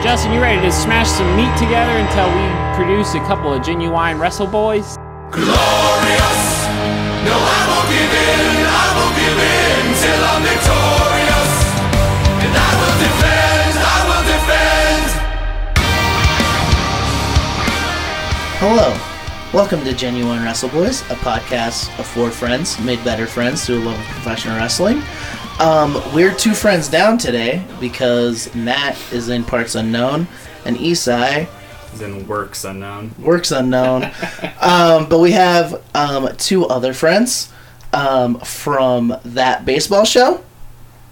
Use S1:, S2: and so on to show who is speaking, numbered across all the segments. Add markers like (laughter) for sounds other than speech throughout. S1: Justin, you ready to smash some meat together until we produce a couple of genuine wrestle boys?
S2: Glorious. No, I won't give in. I won't give in till I'm victorious. And I will defend. I will defend.
S3: Hello. Welcome to Genuine Wrestle Boys, a podcast of four friends made better friends through a love of professional wrestling. Um, we're two friends down today because Matt is in parts unknown and Isai
S4: Then works unknown.
S3: works unknown.
S4: (laughs)
S3: um, but we have um, two other friends um, from that baseball show.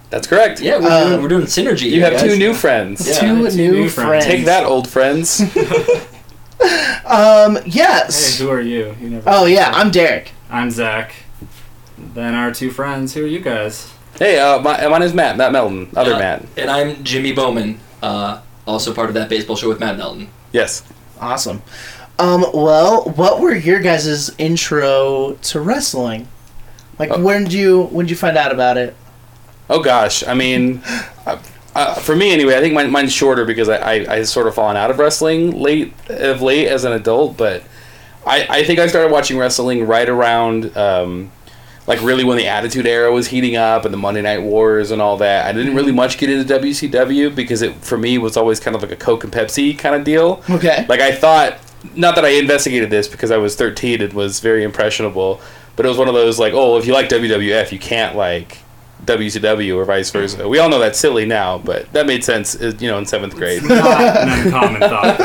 S5: That's correct.
S6: Yeah, we're, doing, we're doing synergy.
S5: You
S6: here,
S5: have
S6: guys.
S5: two new friends.
S6: Yeah.
S3: two,
S4: two
S3: new,
S4: new
S3: friends.
S4: friends.
S5: Take that, old friends.
S3: Um,
S4: Hey,
S3: yes.
S4: who are you? you never
S3: Oh yeah, I'm Derek.
S4: I'm Zach. Then our two friends. Who are
S3: (laughs)
S4: you guys?
S5: hey, uh, my, my name's Matt. Matt Melton. Other
S6: Uh,
S5: Matt.
S6: And I'm Jimmy Bowman, uh, also part of that baseball show with Matt Melton.
S5: Yes.
S3: Awesome. Um, well, what were your guys' intro to wrestling? Like,
S5: Uh,
S3: when did you when did you find out about it?
S5: Oh gosh. I mean, uh, uh, for me anyway, I think mine, mine's shorter because I, I I sort of fallen out of wrestling late of late as an adult, but I I think I started watching wrestling right around. Um, like really when the Attitude Era was heating up and the Monday Night Wars and all that, I didn't really much get into WCW because it for me was always kind of like a Coke and Pepsi kind of deal.
S3: Okay.
S5: like I thought not that I investigated this because I was 13 and was very impressionable, but it was one of those like, oh, if you like WWF, you can't like WCW or vice versa. We all know that's silly now, but that made sense, uh, you know, in seventh grade.
S4: Not an uncommon thought.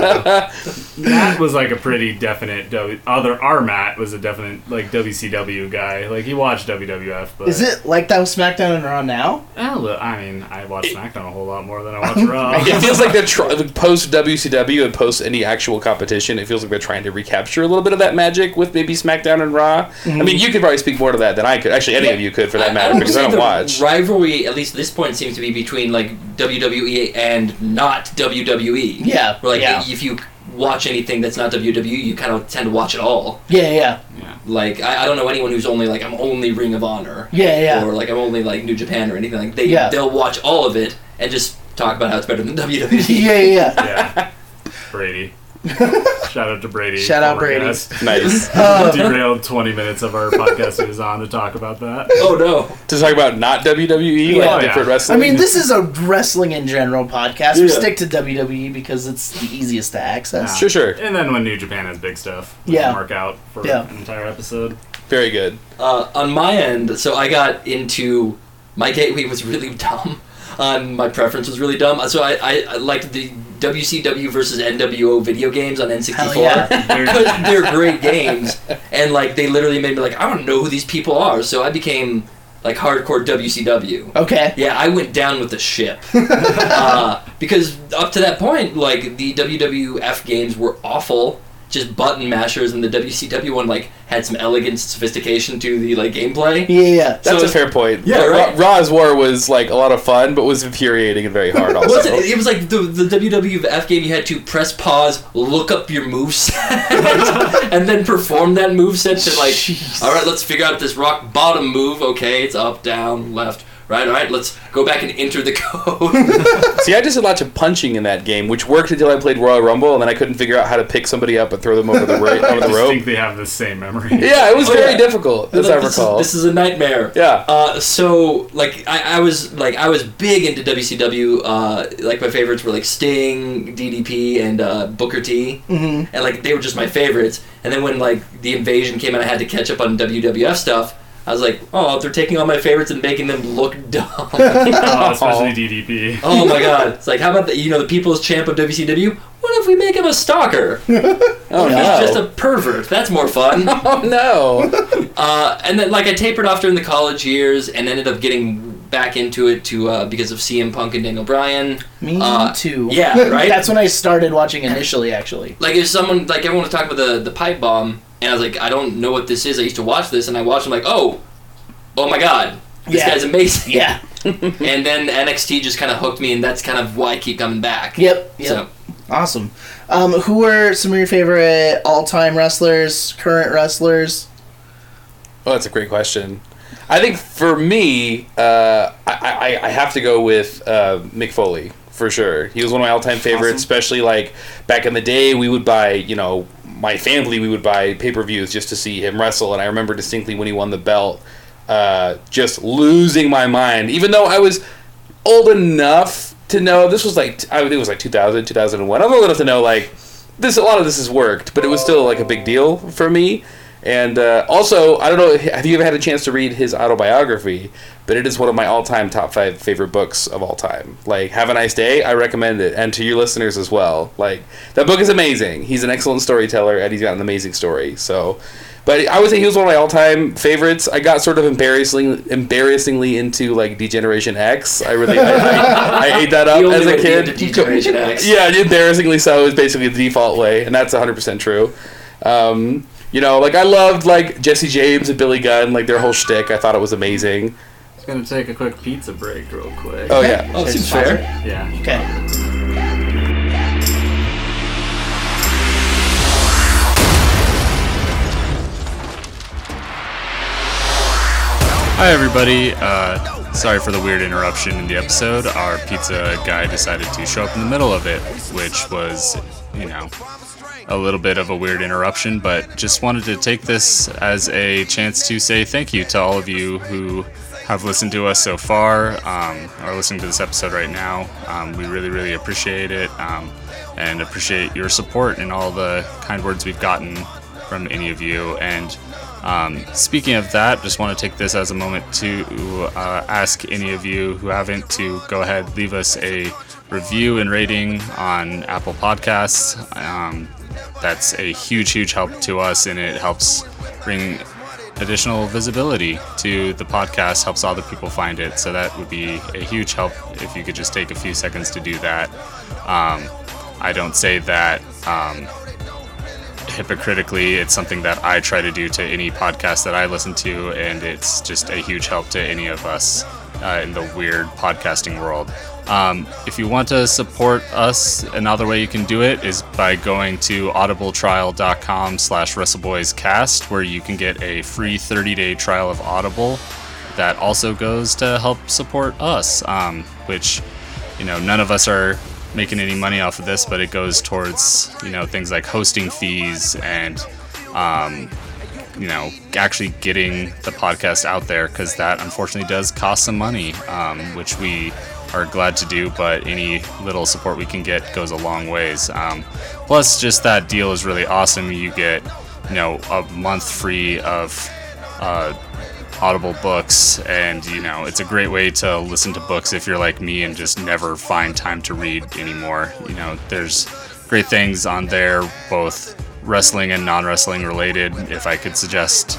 S4: though. Matt was like a pretty definite. W- other our Matt was a definite like WCW guy. Like he watched WWF, but
S3: Is it like that with SmackDown and Raw now?
S4: Eh, look, I mean, I watch SmackDown a whole lot more than
S3: (laughs)
S4: I watch Raw.
S5: It feels like they're tr- uh, post WCW and post any actual competition. It feels like they're trying to recapture a little bit of that magic with maybe SmackDown and Raw. I mean, you could probably speak more to that than I could. Actually, any of you could for that matter, because I
S6: think
S5: don't
S6: the
S5: watch.
S6: Rivalry, at least at this point, seems to be between like WWE and not WWE.
S3: Yeah,
S6: Where, like
S3: yeah.
S6: if you watch anything that's not WWE, you kind of tend to watch it all.
S3: Yeah, yeah,
S6: Like I, I don't know anyone who's only like I'm only Ring of Honor.
S3: yeah, yeah.
S6: Or like I'm only like New Japan or anything like they
S3: Yeah.
S6: they'll watch all of it and just talk about how it's better than (laughs) E. WWE.
S3: yeah, yeah, yeah.
S4: yeah,
S3: (laughs)
S4: Brady. Shout out to Brady.
S3: Shout out
S4: former
S3: Brady. Uh.
S4: guest.
S5: Nice
S4: Derailed 20 minutes of our podcast he was on to talk about that.
S6: Oh no.
S5: to talk about not WWE,
S3: Yeah.
S5: like different
S4: Yeah.
S3: I
S5: wrestling.
S3: mean, this is a wrestling in general podcast. We
S6: Yeah.
S3: stick to WWE because it's the easiest to access.
S5: Sure, sure.
S4: And then when New Japan has big stuff, we
S3: Yeah.
S4: can mark out for
S3: Yeah.
S4: an
S3: (laughs)
S4: entire episode.
S5: very good.
S6: Uh, on my end, so I got into my gateway was really (laughs) dumb. Um, my preference was really dumb. So I, I, I liked the WCW versus NWO video games on N64.
S3: Hell yeah.
S4: There's-
S6: But (laughs) they're great games, and like they literally made me like I don't know who these people are. So I became like hardcore WCW.
S3: Okay.
S6: Yeah, I went down with
S5: (laughs)
S6: the ship. uh, because up to that point, like, the WWF games were awful. Just button mashers, and the WCW one, like, had some elegance and sophistication to the, like, gameplay.
S3: Yeah, yeah.
S5: That's
S6: So-
S5: a fair point.
S6: Yeah,
S5: Ra-
S6: right.
S5: Ra- Ra's War was like a lot of fun, but was infuriating and very
S6: (laughs)
S5: hard. Also,
S6: Was it, it was like the, the WWF game, you had to press pause, look up your moveset, (laughs) and then perform that moveset to, like,
S3: Jeez.
S6: all right, let's figure out this rock bottom move. Okay, it's up, down, left, right, all right, let's go back and enter the (laughs) code.
S5: see, I just did lots of punching in that game, which worked until I played Royal Rumble, and then I couldn't figure out how to pick somebody up and throw them over the, ra- (laughs) over
S4: I
S5: the
S4: just think
S5: rope.
S4: they have the same memory. (laughs)
S5: Yeah, it was
S6: Oh,
S5: very
S6: yeah.
S5: difficult, as
S6: Like,
S5: I
S6: this
S5: recall.
S6: Is, this is a nightmare. (laughs)
S5: Yeah.
S6: Uh, so like I, I was like I was big into WCW. Uh, like my favorites were like Sting, DDP, and uh, Booker T. Mm-hmm. And like they were just my favorites. And then when like the invasion came and I had to catch up on WWF stuff, I was like, oh, they're taking all my favorites and making them look (laughs) dumb.
S4: Oh, especially DDP.
S6: oh my god! It's like how about the you know the People's Champ of WCW? What if we make him a stalker?
S5: oh no!
S6: He's just uh, a pervert. That's more fun.
S5: oh no!
S6: Uh, and then like I tapered off during the college years and ended up getting back into it to uh, because of CM Punk and Daniel Bryan.
S3: Me
S6: Uh,
S3: too. (laughs)
S6: yeah, right?
S3: That's when I started watching initially, actually.
S6: Like if someone like everyone was talking about the the pipe bomb and I was like I don't know what this is. I used to watch this and I watched. I'm like oh, oh my god, this
S3: Yeah.
S6: guy's amazing.
S3: Yeah.
S6: (laughs) and then NXT just kind of hooked me and that's kind of why I keep coming back.
S3: Yep. Yep.
S6: So
S3: Awesome. Um, who are some of your favorite all-time wrestlers, current wrestlers?
S5: Oh, that's a great question. I think for me, uh, I, I, I have to go with uh, Mick Foley for sure. He was one of my all-time favorites,
S7: Awesome.
S5: especially like back in the day. We would buy, you know, my family we would buy pay-per-views just to see him wrestle, and I remember distinctly when he won the belt, uh, just losing my mind. Even though I was old enough to know this was like I think it was like 2000, 2001. I'm old enough to know like this. A lot of this has worked, but it was still like a big deal for me. And uh, also, I don't know. Have you ever had a chance to read his autobiography? But it is one of my all-time top five favorite books of all time. Like, have a nice day. I recommend it, and to your listeners as well. Like, that book is amazing. He's an excellent storyteller, and he's got an amazing story. So, but I would say he was one of my all-time favorites. I got sort of embarrassingly, embarrassingly into like Degeneration X. I really, I, I, I ate
S6: (laughs)
S5: that up
S6: The only
S5: as
S6: way
S5: a
S6: to be
S5: kid.
S6: into Degeneration X.
S5: Yeah, embarrassingly so is basically the default way, and that's 100% true. Um, you know, like I loved like Jesse James and Billy Gunn, like their whole shtick. I thought it was amazing.
S7: Just gonna take a quick pizza break, real quick.
S5: Oh yeah,
S6: Oh, seems fair.
S7: Yeah.
S3: Okay.
S4: Hi, everybody. Uh, sorry for the weird interruption in the episode. Our pizza guy decided to show up in the middle of it, which was, you know, a little bit of a weird interruption, but just wanted to take this as a chance to say thank you to all of you who have listened to us so far um, or listening to this episode right now. Um, we really, really appreciate it um, and appreciate your support and all the kind words we've gotten from any of you. And um, speaking of that, just want to take this as a moment to uh, ask any of you who haven't to go ahead, leave us a review and rating on Apple Podcasts. Um, that's a huge, huge help to us, and it helps bring additional visibility to the podcast, helps other people find it. So that would be a huge help if you could just take a few seconds to do that. Um, I don't say that. Um, hypocritically it's something that i try to do to any podcast that i listen to and it's just a huge help to any of us uh, in the weird podcasting world um, if you want to support us another way you can do it is by going to audibletrial.com slash wrestleboyscast where you can get a free 30-day trial of audible that also goes to help support us um, which you know none of us are making any money off of this but it goes towards you know things like hosting fees and um, you know actually getting the podcast out there because that unfortunately does cost some money um, which we are glad to do but any little support we can get goes a long ways um, plus just that deal is really awesome you get you know a month free of uh, Audible books, and you know, it's a great way to listen to books if you're like me and just never find time to read anymore. You know, there's great things on there, both wrestling and non wrestling related. If I could suggest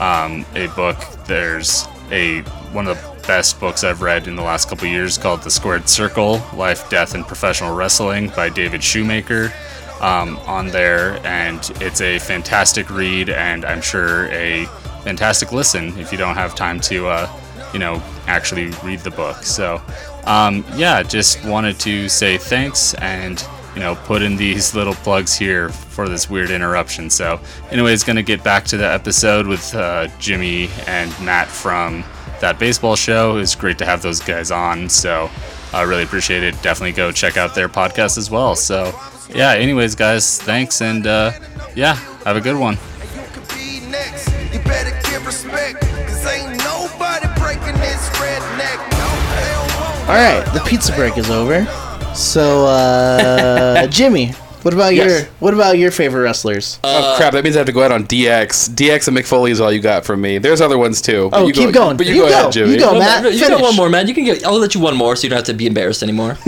S4: um, a book, there's a one of the best books I've read in the last couple years called The Squared Circle Life, Death, and Professional Wrestling by David Shoemaker um, on there, and it's a fantastic read, and I'm sure a fantastic listen if you don't have time to, uh, you know, actually read the book. So, um, yeah, just wanted to say thanks and. You know, put in these little plugs here for this weird interruption. So, anyways, gonna get back to the episode with uh, Jimmy and Matt from that baseball show. It's great to have those guys on. So, I really appreciate it. Definitely go check out their podcast as well. So, yeah, anyways, guys, thanks. And uh, yeah, have a good one.
S8: and you could be next. You better give respect, cause ain't nobody breaking this redneck. No, they don't want
S3: All right. The pizza break is over. So, (laughs) uh, Jimmy, what about
S5: Yes.
S3: your what about your favorite wrestlers?
S5: oh crap! That means I have to go out on DX. DX and McFoley is all you got from me. There's other ones too. but
S3: Oh,
S5: you go-
S3: keep going.
S5: But you,
S3: You
S5: go,
S3: go.
S5: ahead, Jimmy.
S3: You go.
S6: No,
S3: Matt,
S6: no, you got
S3: finish.
S6: one more, man. You can get. I'll let you one more, so you don't have to be embarrassed anymore.
S5: (laughs)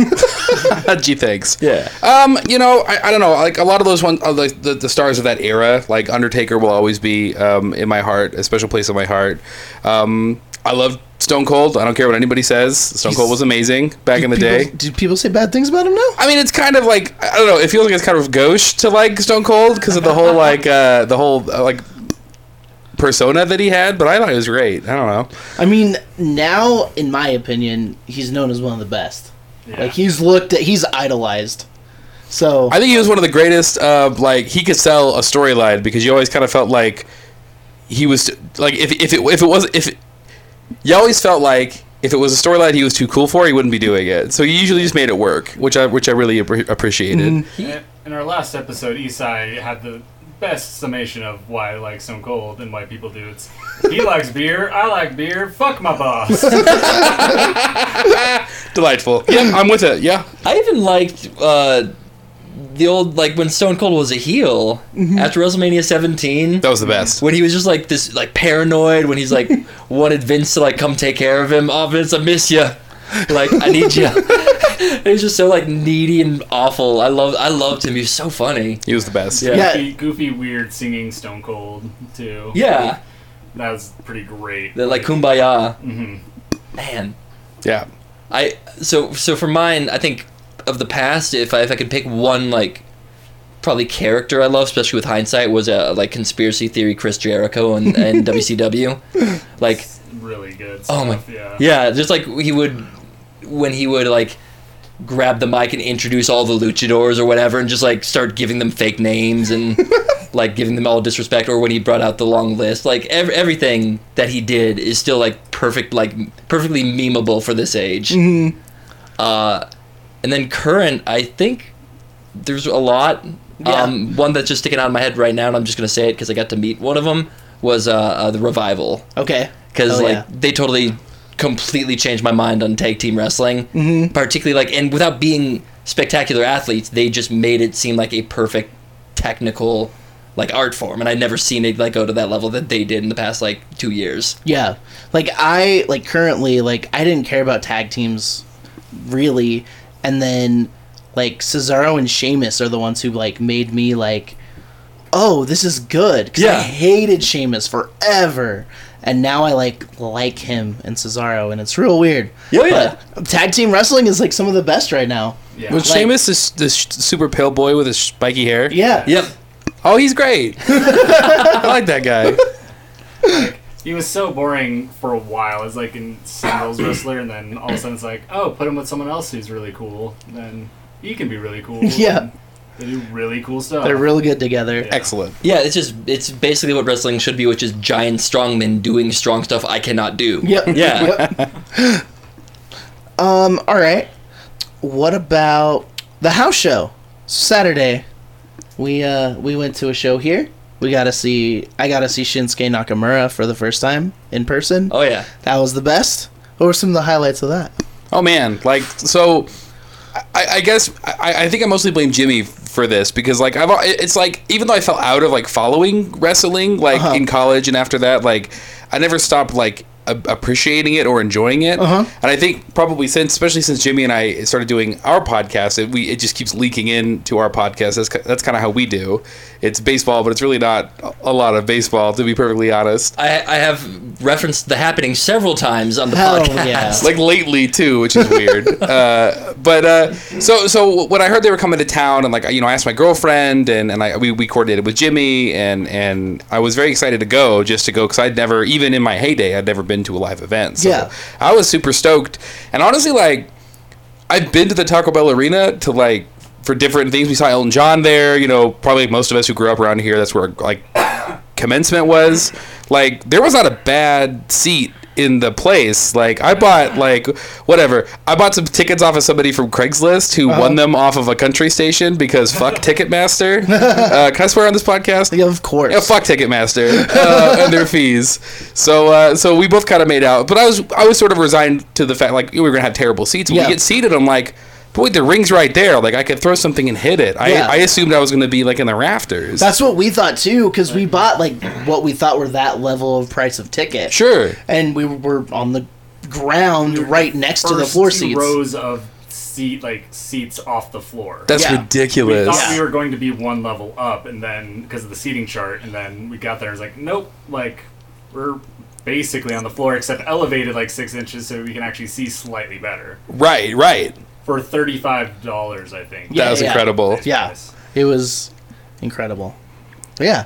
S5: Gee, thanks. Yeah. Um, you know, I, I don't know. Like a lot of those ones, uh, like the, the stars of that era, like Undertaker will always be um, in my heart, a special place in my heart. Um, I love Stone Cold. I don't care what anybody says. Stone Cold was amazing back in the
S3: People-
S5: day.
S3: do people say bad things about him now?
S5: I mean, it's kind of like I don't know. It feels like it's kind of gauche to like Stone Cold because of the whole like uh, the whole uh, like persona that he had. But I thought it was great. I don't know.
S3: I mean, now, in my opinion, he's known as one of the best.
S7: Yeah.
S3: Like he's looked at, he's idolized. So
S5: I think he was one of the greatest. Uh, like he could sell a storyline because you always kind of felt like he was like if if it if it was if you always felt like if it was a storyline he was too cool for, he wouldn't be doing it. So he usually just made it work, which I which I really appre appreciated.
S4: In- In our last episode, Isai had the best summation of why I like Stone Cold and why people do it. (laughs) He likes beer, I like beer, fuck my boss.
S5: Delightful. Yeah, I'm with it. Yeah,
S6: I even liked uh, the old like when Stone Cold was a heel after WrestleMania 17.
S5: that was the best.
S6: when he was just like this, like paranoid. When he's like wanted Vince to like come take care of him. Oh, Vince, I miss you. Like I need you. He was just so like needy and awful. I love, I loved him. He was so funny.
S5: He was the best.
S3: Yeah.
S4: Goofy, goofy, weird singing Stone Cold too.
S6: yeah.
S4: that was pretty great.
S6: They're like kumbaya. Mm-hmm. Man,
S5: yeah.
S6: I so so for mine, I think of the past. If I if I could pick one like probably character I love, especially with hindsight, was uh, like conspiracy theory Chris Jericho and, and WCW. Like
S4: Really good.
S6: Oh my-
S4: Stuff. Yeah.
S6: yeah, just like he would when he would like grab the mic and introduce all the luchadors or whatever, and just like start giving them fake
S4: (laughs)
S6: names and like giving them all disrespect. Or when he brought out the long list, like ev- everything that he did is still like perfect, like perfectly memeable for this age.
S4: Mm-hmm.
S6: Uh, and then current, I think there's a lot. Um, one that's just sticking out in my head right now, and I'm just gonna say it because I got to meet one of them was uh, uh, the revival
S3: Okay.
S6: because
S3: Oh,
S6: like
S3: yeah.
S6: they totally completely changed my mind on tag team wrestling mm-hmm. particularly like and without being spectacular athletes they just made it seem like a perfect technical like art form and i'd never seen it like go to that level that they did in the past like two years
S3: Yeah. Like I like currently like I didn't care about tag teams really and then like Cesaro and Sheamus are the ones who like made me like oh, this is good cuz I
S6: Yeah.
S3: hated Sheamus forever. And now I like like him and Cesaro and it's real weird.
S6: Oh, yeah.
S3: But tag team wrestling is like some of the best right now.
S4: Yeah.
S5: Was
S3: Like-
S5: Seamus this, this super pale boy with his spiky hair?
S3: Yeah.
S6: yep
S5: Oh, he's great. (laughs) I like that guy.
S4: He was so boring for a while as like in singles wrestler, and then all of a sudden it's like, oh, put him with someone else who's really cool. Then he can be really
S3: (laughs)
S4: cool.
S3: Yeah.
S4: They do really cool stuff.
S3: They're real good together.
S5: Excellent.
S6: yeah it's just it's basically what wrestling should be which is giant strongmen doing strong stuff i cannot do
S5: (laughs)
S3: Yep.
S6: yeah
S3: Um all right. What about the house show? Saturday. We uh we went to a show here. We got to see I got to see Shinsuke Nakamura for the first time in person.
S6: oh yeah
S3: That was the best. What were some of the highlights of that?
S5: Oh man, like so. I, I guess I, I think I mostly blame Jimmy for this because like I've al- it's like even though I fell out of like following wrestling like
S3: Uh-huh.
S5: in college and after that like I never stopped like a- appreciating it or enjoying it
S3: Uh-huh.
S5: and I think probably since especially since Jimmy and I started doing our podcast it, we it just keeps leaking into our podcast that's ki- that's kind of how we do it's baseball but it's really not a- a lot of baseball to be perfectly honest
S6: I, I have referenced the happening several times on the
S3: Hell
S6: podcast
S3: yeah.
S5: like lately too, which is weird. uh, but uh, so so when I heard they were coming to town, and like you know, I asked my girlfriend, and and I we, we coordinated with Jimmy, and and I was very excited to go just to go because I'd never even in my heyday I'd never been to a live event. So
S3: Yeah.
S5: I was super stoked, and honestly, like I've been to the Taco Bell Arena to like. For different things, we saw Elton John there. You know, probably most of us who grew up around here, that's where like (coughs) commencement was like there was not a bad seat in the place like i bought like whatever i bought some tickets off of somebody from craigslist who won them off of a country station because fuck ticketmaster uh, can i swear on this podcast
S3: Yeah, of course.
S5: yeah, fuck Ticketmaster uh, and their fees. So, uh, so we both kind of made out. But I was, I was sort of resigned to the fact like we were gonna have terrible seats. When
S3: Yeah.
S5: we get seated, I'm like, boy, the ring's right there. Like I could throw something and hit it. I,
S3: Yeah.
S5: I assumed I was gonna be like in the rafters.
S3: That's what we thought too cuz we bought like what we thought were that level of price of ticket.
S5: sure.
S3: And we were on the ground right next to the
S4: First
S3: floor
S4: two
S3: seats.
S4: rows of seat like seats off the floor.
S5: That's
S3: Yeah.
S4: we
S5: ridiculous.
S4: thought we were going to be one level up, and then because of the seating chart, and then we got there and it's like, nope, like we're basically on the floor except elevated like six inches so we can actually see slightly better
S5: Right, right.
S4: for thirty five dollars, I think.
S3: Yeah,
S5: that was
S3: yeah.
S5: incredible.
S3: Yeah. It was incredible. But yeah.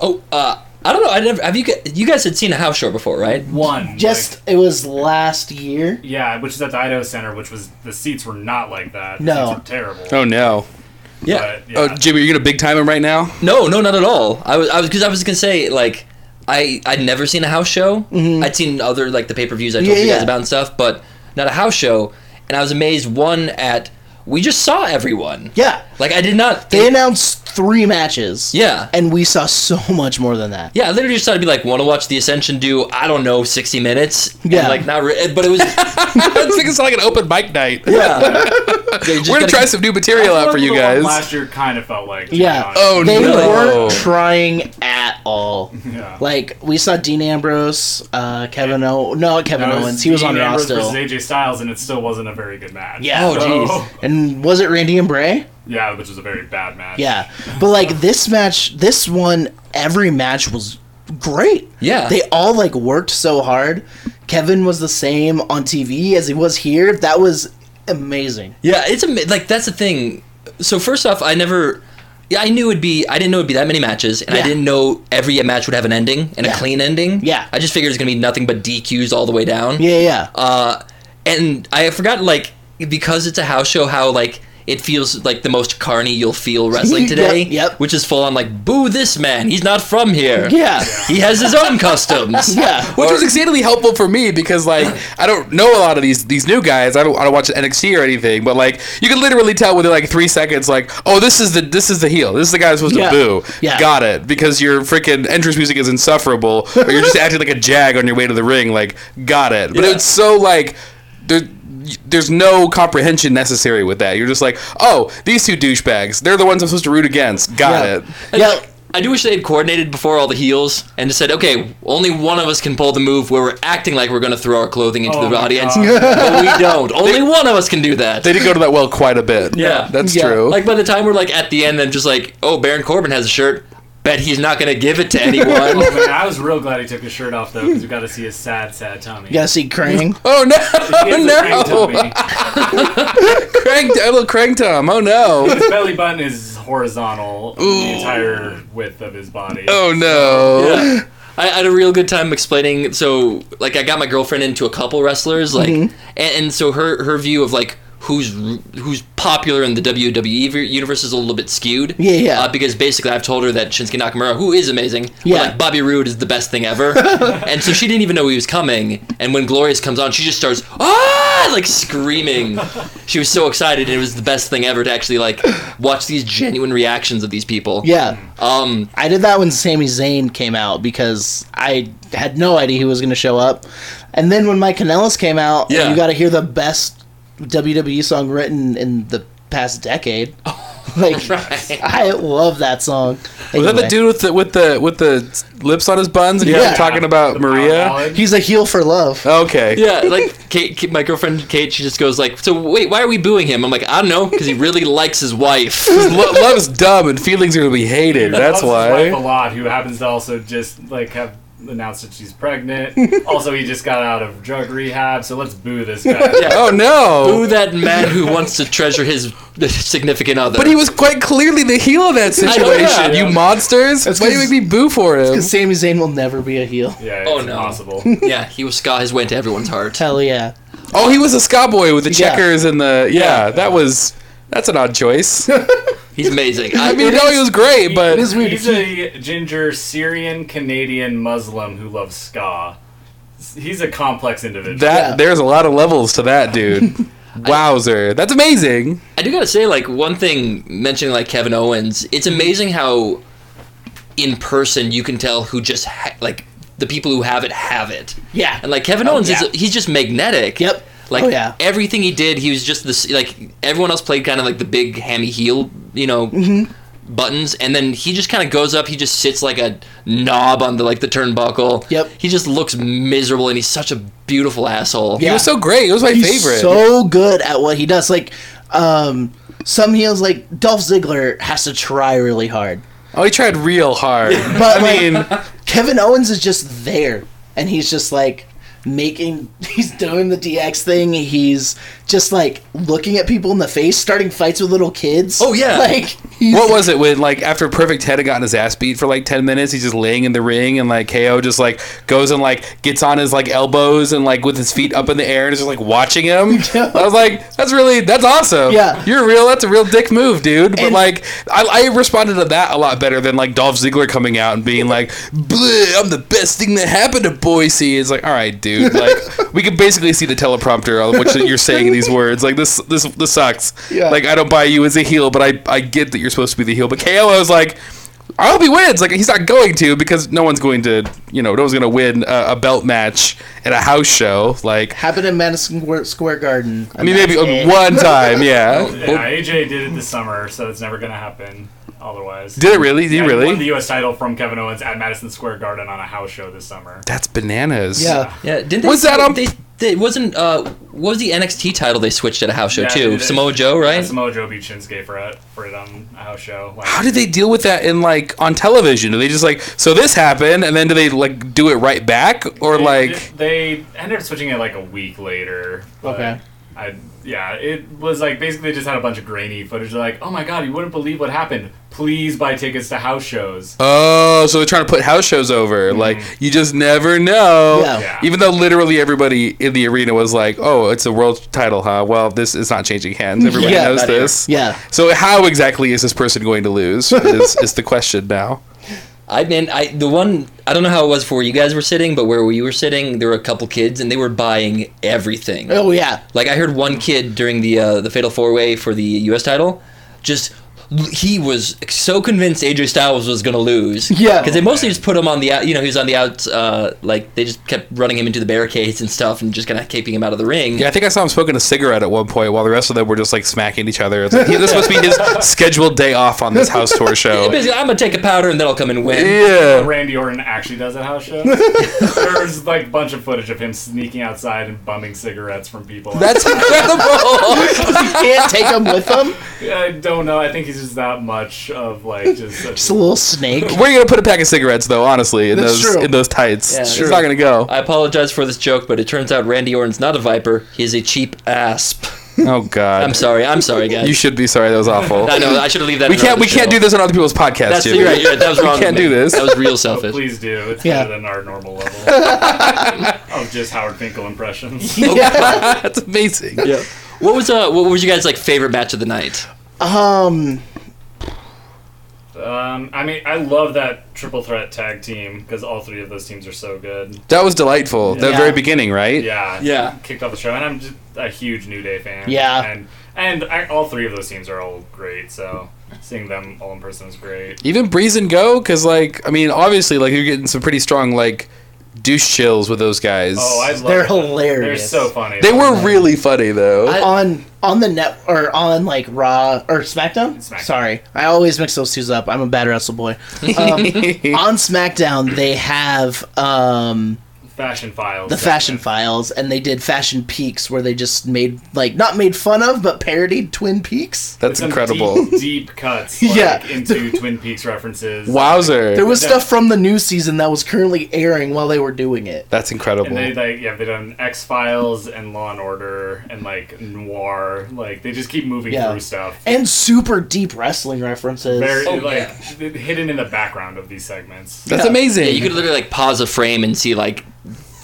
S6: Oh, uh, I don't know. I never have you. gu- You guys had seen a house show before, right?
S4: One like-
S3: Just it was last year.
S4: Yeah, which is at the Idaho Center, which was the seats were not like that. The
S3: No.
S4: seats were terrible.
S5: Oh no.
S6: Yeah.
S4: but, yeah.
S3: (laughs)
S5: Oh, Jimmy, are you gonna big time him right now?
S6: No, no, not at all. I was, I was, because I was gonna say like, I I'd never seen a house show. I'd seen other like the pay per views I told
S3: Mm-hmm. Yeah,
S6: you
S3: yeah.
S6: guys about and stuff, but not a house show. And I was amazed. One at we just saw everyone.
S3: Yeah.
S6: Like I did not.
S3: They announced three matches.
S6: Yeah.
S3: And we saw so much more than that.
S6: Yeah, I literally just thought it'd be like, want to watch The Ascension do, I don't know, 60 minutes? And,
S3: Yeah.
S6: like, not re- but it
S3: (laughs)
S6: was.
S5: I think it's like an open mic night.
S6: yeah. They just
S5: We're gonna
S6: gotta-
S5: try some new material out for you
S4: The one
S5: guys.
S4: Last year kind of felt like. to be
S3: Yeah.
S4: honest.
S3: (laughs)
S5: Oh,
S3: they
S5: no.
S3: weren't trying at all.
S4: (laughs) Yeah.
S3: Like we saw Dean Ambrose, uh, Kevin O. No, Kevin
S4: That was
S3: Owens. He was
S4: Dean
S3: on Raw
S4: Ambrose
S3: still.
S4: versus AJ Styles, and it still wasn't a very good match.
S3: Yeah.
S6: Oh,
S4: So-
S6: jeez.
S3: And was it Randy and Bray?
S4: (laughs) Yeah, which was a very bad match.
S3: Yeah. But like this match, this one, every match was great.
S6: Yeah.
S3: They all like worked so hard. Kevin was the same on TV as he was here. That was amazing.
S6: Yeah, it's a like that's the thing. So first off, I never. Yeah, I knew it'd be. I didn't know it'd be that many matches, and
S3: Yeah.
S6: I didn't know every match would have an ending and
S3: Yeah.
S6: a clean ending.
S3: Yeah.
S6: I just figured it was gonna be nothing but DQs all the way down.
S3: Yeah, yeah.
S6: Uh, and I forgot like because it's a house show how like it feels like the most carny you'll
S3: (laughs)
S6: feel wrestling
S3: Yep,
S6: today.
S3: yep.
S6: Which is full on like boo this man. He's not from here.
S3: yeah.
S6: He has his own
S3: (laughs)
S6: customs.
S3: Yeah.
S5: Which was exceedingly helpful for me because, like, I don't know a lot of these these new guys. I don't, I don't watch NXT or anything, but like, you can literally tell within like three seconds, like, oh, this is the this is the heel. This is the guy that's supposed
S3: Yeah.
S5: to boo.
S3: Yeah.
S5: Got it. Because your freaking entrance music is insufferable, or you're just acting like a jag on your way to the ring. Like, got it. But
S6: Yeah.
S5: it's so like there. There's no comprehension necessary with that. You're just like, oh, these two douchebags. They're the ones I'm supposed to root against. Got
S3: Yeah.
S5: it.
S3: Yeah.
S6: I do wish they had coordinated before all the heels and just said, okay, only one of us can pull the move where we're acting like we're going to throw our clothing into
S4: Oh
S6: the
S4: my
S6: audience,
S4: God.
S6: but we don't. Only one of us can do that.
S5: They did go to that well quite a bit.
S6: Yeah.
S5: that's
S3: Yeah.
S5: true.
S6: like by the time we're like at the end, I'm just like, oh, Baron Corbin has a shirt. Bet he's not going to give it to anyone.
S4: (laughs) Oh, man, I was real glad he took his shirt off though, because we got to see his sad, sad tummy.
S3: You gotta see Krang.
S5: (laughs) oh no!
S4: He has a
S5: no!
S4: big tummy.
S5: crank, a little crank tom.
S4: (laughs)
S5: Oh no!
S4: His belly button is horizontal, the entire width of his body.
S5: Oh no!
S6: Yeah. I, I had a real good time explaining. So, like, I got my girlfriend into a couple wrestlers, like, and,
S3: Mm-hmm.
S6: and so her her view of like who's who's popular in the WWE ver- universe is a little bit skewed.
S3: Yeah, yeah.
S6: Uh, because basically, I've told her that Shinsuke Nakamura, who is amazing, but,
S3: Yeah.
S6: like Bobby Roode is the best thing
S3: (laughs)
S6: ever, and so she didn't even know he was coming. And when Glorious comes on, she just starts ah like screaming. She was so excited, and it was the best thing ever to actually like watch these genuine reactions of these people.
S3: Yeah.
S6: Um.
S3: I did that when Sami Zayn came out because I had no idea he was going to show up. And then when Mike Kanellis came out, and
S6: Yeah.
S3: you got to hear the best WWE song written in the past (laughs) decade. like,
S6: right.
S3: I love that song.
S5: Was that the
S3: Anyway,
S5: dude with the with the with the lips on his buns and he
S3: Yeah.
S5: was talking about
S4: The
S5: Maria?
S4: ballad.
S3: He's a heel for love.
S5: Okay.
S6: Yeah, like Kate, Kate, my girlfriend Kate, she just goes like, "So wait, why are we booing him?" I'm like, "I don't know, because he really likes his
S5: (laughs)
S6: wife."
S5: Lo- love is dumb and feelings are to be hated. That's
S4: loves His wife a
S5: why.
S4: lot, who happens to also just like have announced that she's pregnant. also, he just got out of drug rehab, so let's boo this guy.
S6: Yeah.
S5: Oh
S6: Boo
S5: no!
S6: that man who wants to treasure his significant other.
S5: But he was quite clearly the heel of that situation.
S6: yeah.
S5: You monsters!
S3: That's
S5: Why do you
S3: cause-
S5: make me boo for him?
S3: Because Sami Zayn will never be a heel.
S4: Yeah, it's
S6: Oh, no.
S4: impossible.
S6: (laughs) yeah, he was ska his way into everyone's heart.
S3: Hell yeah.
S5: Oh, he was a ska boy with the
S3: Yeah.
S5: checkers and the yeah. That was that's an
S3: (laughs)
S5: odd choice. I
S6: He's amazing.
S5: (laughs)
S6: I
S5: mean, no, he was great, but
S3: is weird.
S4: He's a ginger Syrian Canadian Muslim who loves ska. He's a complex individual.
S5: that
S3: Yeah.
S5: there's a lot of levels to
S3: (laughs)
S5: that dude. Wowzer, that's amazing.
S6: I do gotta say, like one thing mentioning like Kevin Owens, it's
S5: Mm-hmm.
S6: amazing how in person you can tell who just ha- like the people who have it have it.
S3: Yeah.
S6: And like Kevin Owens
S3: Oh, yeah.
S6: is he's just magnetic.
S3: Yep.
S6: Like
S3: Oh, yeah.
S6: everything he did, he was just this like everyone else played kind of like the big hammy heel, you know,
S3: Mm-hmm.
S6: buttons, and then he just kind of goes up. He just sits like a knob on the like the turnbuckle.
S3: Yep.
S6: He just looks miserable, and he's such a beautiful asshole.
S5: He
S3: Yeah.
S5: was so great. He was my
S3: He's
S5: favorite.
S3: so good at what he does. Like, um, some heels, like Dolph Ziggler, has to try really hard.
S5: Oh, he tried real hard.
S3: But,
S5: I
S3: like-
S5: mean,
S3: (laughs) Kevin Owens is just there, and he's just like making (laughs) he's doing the DX thing. He's just like looking at people in the face, starting fights with little kids.
S6: Oh,
S3: (laughs)
S6: yeah.
S3: like He's-
S5: What was it when like after Perfect Head had gotten his ass beat for like ten minutes, he's just laying in the ring and like KO just like goes and like gets on his like elbows and like with his feet up in the air and is just like watching him.
S3: (laughs) Yeah.
S5: I was like, that's really that's awesome.
S3: Yeah.
S5: you're real. That's a real dick move, dude. But
S3: And-
S5: like, I, I responded to that a lot better than like Dolph Ziggler coming out and being like, "Bleh, I'm the best thing that happened to Boise. It's like, all right, dude.
S3: (laughs)
S5: Like, we can basically see the teleprompter on which you're saying these words. Like this this this sucks.
S3: Yeah.
S5: Like I don't buy you as a heel, but I, I get that you're supposed to be the heel. But KO was like, I hope he wins. Like he's not going to because no one's going to you know no one's going to win a, a belt match at a house show. Like
S3: happened in Madison Square- Square Garden?
S5: I mean maybe uh, one
S4: (laughs)
S5: time, yeah. Well,
S4: Yeah, AJ did it this summer, so it's never gonna happen. Otherwise,
S5: Did it really? Did he
S4: Yeah,
S5: really?
S4: He won the U.S. title from Kevin Owens at Madison Square Garden on a house show this summer.
S5: That's bananas.
S3: Yeah.
S6: Yeah, didn't they,
S5: Was that on-
S6: They, they, wasn't. Uh, what was the NXT title they switched at a house show
S4: Yeah,
S6: too?
S4: they-
S6: Samoa Joe,
S4: Yeah,
S6: right?
S4: Samoa Joe beat Shinsuke for it for it on a house show. Like,
S5: How did they deal with that in like on television? Do they just like so this happened and then do they like do it right back or
S4: They-
S5: like
S4: they ended up switching it like a week later. but
S3: Okay.
S4: I yeah, it was like basically just had a bunch of grainy footage. They're like, oh my god, you wouldn't believe what happened. Please buy tickets to house shows.
S5: oh so they're trying to put house shows over like you just never know.
S3: Mm-hmm. Yeah.
S4: Yeah.
S5: Even though literally everybody in the arena was like, "Oh, it's a world title, huh? Well, this is not changing hands. Everybody
S3: Yeah,
S5: knows
S3: not
S6: here.
S5: this."
S3: Yeah.
S5: So how exactly is this person going to lose? Is, is the question now?
S6: I mean, I the one I don't know how it was for where you guys were sitting, but where you were sitting, there were a couple kids and they were buying everything.
S3: Oh yeah.
S6: Like I heard one kid during the uh, the Fatal Four Way for the U.S. title, just he was so convinced AJ Styles was going to lose.
S3: Yeah.
S6: because they mostly just put him on the out. You know, he was on the outs. Uh, like they just kept running him into the barricades and stuff, and just kind of keeping him out of the
S5: (laughs)
S6: ring.
S5: Yeah, I think I saw him smoking a cigarette at one point while the rest of them were just like smacking each other. It's like, "Hey, this must
S3: (laughs)
S5: be his scheduled day off on this house tour show.
S6: Basically, I'm gonna take a powder and then I'll come and win.
S3: Oh. (laughs)
S5: Yeah.
S4: Randy Orton actually does at house shows. There's like a bunch of footage of him sneaking outside and bumming cigarettes from people.
S5: That's incredible.
S3: You can't take them with them.
S4: I don't know. I think he's just that much of
S3: (laughs)
S4: like just. such
S3: Just a little snake.
S5: Where are you gonna put a pack of cigarettes though, honestly, in
S3: That's
S5: those
S3: true.
S5: in those tights?
S6: Yeah,
S5: it's
S6: true.
S5: not
S3: (laughs)
S5: gonna go.
S6: (laughs) I apologize for this joke, but it turns out Randy Orton's not a viper. He's a cheap asp.
S5: Oh god.
S6: I'm sorry. I'm sorry, guys.
S5: You should be sorry that
S3: (laughs)
S5: was awful.
S6: I know. I should have leave that.
S5: We
S6: in
S5: can't
S6: another
S5: we can't do
S6: show.
S5: this on other people's podcasts,
S6: That's
S5: Jimmy.
S6: you're
S5: (laughs)
S6: right. You're right. That was wrong. of
S5: can't
S6: me.
S5: do this.
S6: That was real selfish.
S4: Please do. It's
S3: Yeah.
S4: better than our
S3: (laughs)
S4: normal level of just Howard Finkel impressions.
S5: That's amazing.
S6: Yeah. What was uh? What was you guys like favorite match of the night?
S3: Um.
S4: Um, I mean, I love that triple threat tag team because all three of those teams are so good.
S5: That was delightful. The
S3: Yeah.
S5: very beginning, right?
S4: Yeah,
S6: Yeah.
S4: Kicked off the show, and I'm just a huge New Day fan.
S3: Yeah.
S4: and and I, all three of those teams are all great. So seeing them all in person was great.
S5: Even Breeze and Go, because like I mean, obviously, like you're getting some pretty strong like douche chills with those guys.
S4: Oh, I love
S3: They're
S4: them.
S3: hilarious.
S4: They're so funny.
S5: they were really funny though.
S3: on on the net or on like Raw or SmackDown?
S4: SmackDown.
S3: Sorry, I always mix those two up. I'm a bad wrestle boy. Um,
S5: (laughs)
S3: on SmackDown, they have um,
S4: fashion files.
S3: the Fashion
S4: segment.
S3: Files, and they did Fashion Peaks, where they just made like not made fun of, but parodied Twin Peaks.
S5: That's
S4: Some
S5: incredible.
S4: Deep, deep cuts.
S3: (laughs)
S4: Like,
S3: Yeah.
S4: into Twin Peaks references.
S5: (laughs) Wowzer.
S3: There was
S4: Yeah.
S3: stuff from the new season that was currently airing while they were doing it.
S5: That's incredible.
S4: And they like yeah, they've done X Files and Law and Order and like noir. Like they just keep moving
S3: Yeah.
S4: through stuff.
S3: And super deep wrestling references.
S4: Very
S6: Oh,
S4: like
S6: yeah.
S4: hidden in the background of these segments.
S5: That's
S3: Yeah.
S5: amazing.
S6: Yeah, you could literally like pause a frame and see like